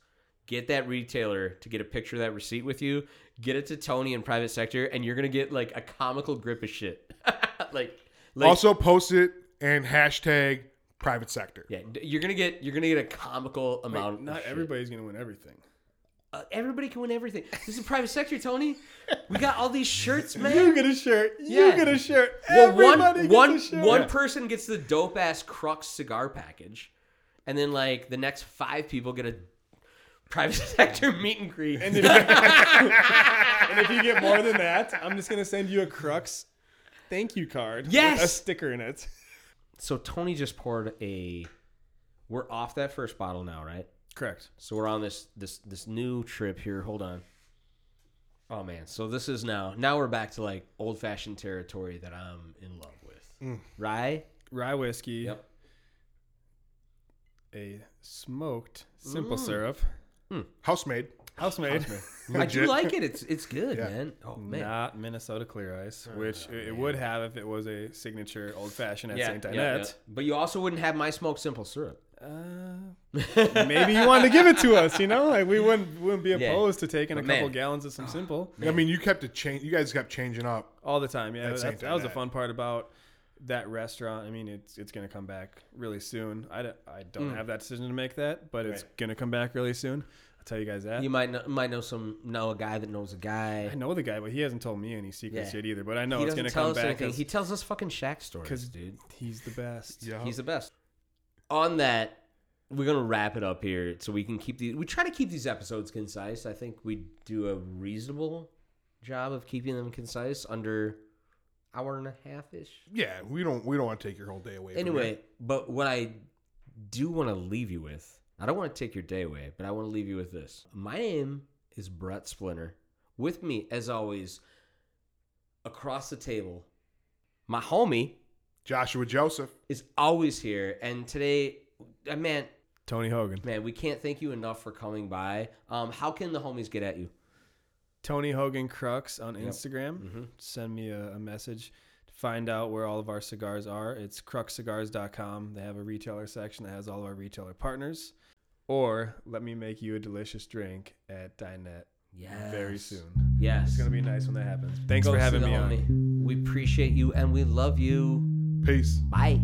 Speaker 1: Get that retailer to get a picture of that receipt with you. Get it to Tony in private sector, and you're gonna get like a comical grip of shit. like, like
Speaker 2: Also post it and hashtag private sector.
Speaker 1: yeah, d- you're gonna get you're gonna get a comical amount. of
Speaker 3: Not
Speaker 1: Oh, shit.
Speaker 3: everybody's gonna win everything.
Speaker 1: Uh, everybody can win everything. This is private sector, Tony. We got all these shirts, man.
Speaker 3: You get a shirt. You
Speaker 1: Yeah.
Speaker 3: get a shirt.
Speaker 1: Well, one
Speaker 3: Everybody gets
Speaker 1: one
Speaker 3: a shirt.
Speaker 1: one person gets the dope ass Crux cigar package, and then like the next five people get a private sector meet and greet.
Speaker 3: And if, and if you get more than that, I'm just gonna send you a Crux thank you card. with a
Speaker 1: Yes!
Speaker 3: sticker in it.
Speaker 1: so Tony just poured a. We're off that first bottle now, right?
Speaker 3: Correct.
Speaker 1: So we're on this this this new trip here. Hold on. Oh man, so this is now now we're back to like old fashioned territory that I'm in love with.
Speaker 3: Mm.
Speaker 1: Rye.
Speaker 3: Rye whiskey.
Speaker 1: Yep.
Speaker 3: A smoked simple
Speaker 1: Mm.
Speaker 3: syrup.
Speaker 2: House made.
Speaker 3: House made.
Speaker 1: I do
Speaker 2: Legit.
Speaker 1: like it. It's it's good,
Speaker 2: Yeah.
Speaker 1: man. Oh man.
Speaker 3: Not Minnesota Clear Ice, which it, it would have if it was a signature old fashioned at St. Dinette.
Speaker 1: But you also wouldn't have my smoked simple syrup.
Speaker 3: Uh, maybe you wanted to give it to us, you know? Like we wouldn't wouldn't be opposed to taking a
Speaker 1: But man.
Speaker 3: couple gallons of some simple
Speaker 2: I mean, you kept to change. You guys kept changing up.
Speaker 3: all the time. Yeah,
Speaker 2: That's Saint
Speaker 3: that's- that was the
Speaker 2: Dinette.
Speaker 3: fun part about that restaurant. I mean, it's it's gonna come back really soon. I, don't- I don't
Speaker 1: Mm.
Speaker 3: have that decision to make that, but it's gonna come back really soon. I'll tell you guys that.
Speaker 1: You might know, might know some know a guy that knows a guy.
Speaker 3: I know the guy, but he hasn't told me any secrets
Speaker 1: Yeah.
Speaker 3: yet either. But I know
Speaker 1: he
Speaker 3: it's
Speaker 1: doesn't
Speaker 3: gonna
Speaker 1: tell
Speaker 3: come
Speaker 1: us
Speaker 3: back
Speaker 1: anything.
Speaker 3: as-
Speaker 1: He tells us fucking Shaq stories,
Speaker 3: 'Cause-
Speaker 1: dude.
Speaker 3: he's the best.
Speaker 2: Yeah.
Speaker 1: He's the best. On that, we're gonna wrap it up here so we can keep these. We try to keep these episodes concise. I think we do a reasonable job of keeping them concise under hour and a half ish.
Speaker 2: yeah, we don't we don't want to take your whole day away. from
Speaker 1: Anyway, but what I do want to leave you with, I don't want to take your day away, but I want to leave you with this. My name is Brett Splinter. With me, as always, across the table, my homie
Speaker 2: you. Joshua Joseph.
Speaker 1: is always here. And today, uh, man,
Speaker 3: Tony Hogan.
Speaker 1: man, we can't thank you enough for coming by. Um, how can the homies get at you?
Speaker 3: Tony Hogan Crux on Instagram.
Speaker 1: Mm-hmm.
Speaker 3: Send me a, a message to find out where all of our cigars are. It's cruxcigars.com. They have a retailer section that has all of our retailer partners. Or let me make you a delicious drink at Dinette
Speaker 1: Yes.
Speaker 3: very soon.
Speaker 1: Yes.
Speaker 3: It's going to be nice when that happens. Thanks for having me on.
Speaker 1: We appreciate you and we love you.
Speaker 2: Peace.
Speaker 1: Bye.